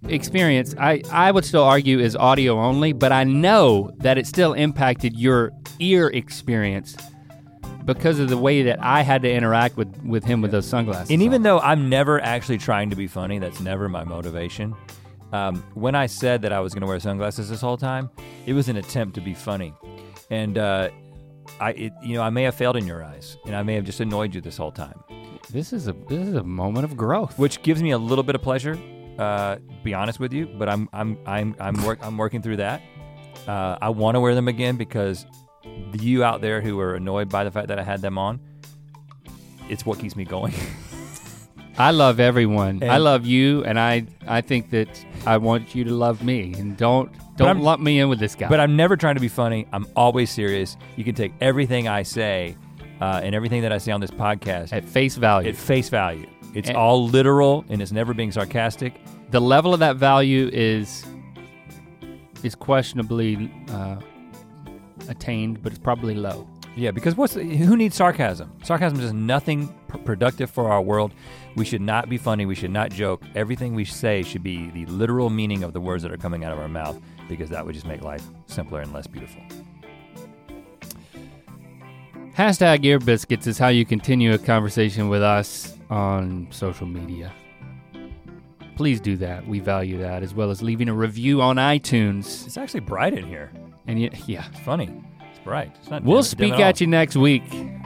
S4: experience I, I would still argue is audio only but i know that it still impacted your ear experience because of the way that i had to interact with with him with those sunglasses
S1: And even
S4: on.
S1: though I'm never actually trying to be funny, that's never my motivation. Um, when I said that I was going to wear sunglasses this whole time, it was an attempt to be funny, and uh, I, it, you know, I may have failed in your eyes, and I may have just annoyed you this whole time,
S4: this is a this is a moment of growth
S1: which gives me a little bit of pleasure. Uh, be honest with you, but I'm I'm I'm I'm work I'm working through that. Uh, I want to wear them again because you out there who are annoyed by the fact that I had them on, it's what keeps me going. [LAUGHS]
S4: i love everyone i
S1: And-
S4: love you and i i think that i want you to love me and don't don't
S1: I'm-
S4: lump me in with this guy
S1: But I'm never trying to be funny. I'm always serious. You can take everything I say uh, and everything that I say on this podcast at,
S4: at face value
S1: face value. It's
S4: And-
S1: all literal and it's never being sarcastic.
S4: the level of that value is is questionably uh, attained, but it's probably low.
S1: Yeah, because what's the, who needs sarcasm? Sarcasm is nothing pr- productive for our world. We should not be funny. We should not joke. Everything we say should be the literal meaning of the words that are coming out of our mouth, because that would just make life simpler and less beautiful.
S4: Hashtag Ear Biscuits is how you continue a conversation with us on social media. Please do that. We value that as well as leaving a review on iTunes.
S1: It's actually bright in here.
S4: And yeah, yeah.
S1: It's funny. It's bright. It's not.
S4: we'll speak at you next week.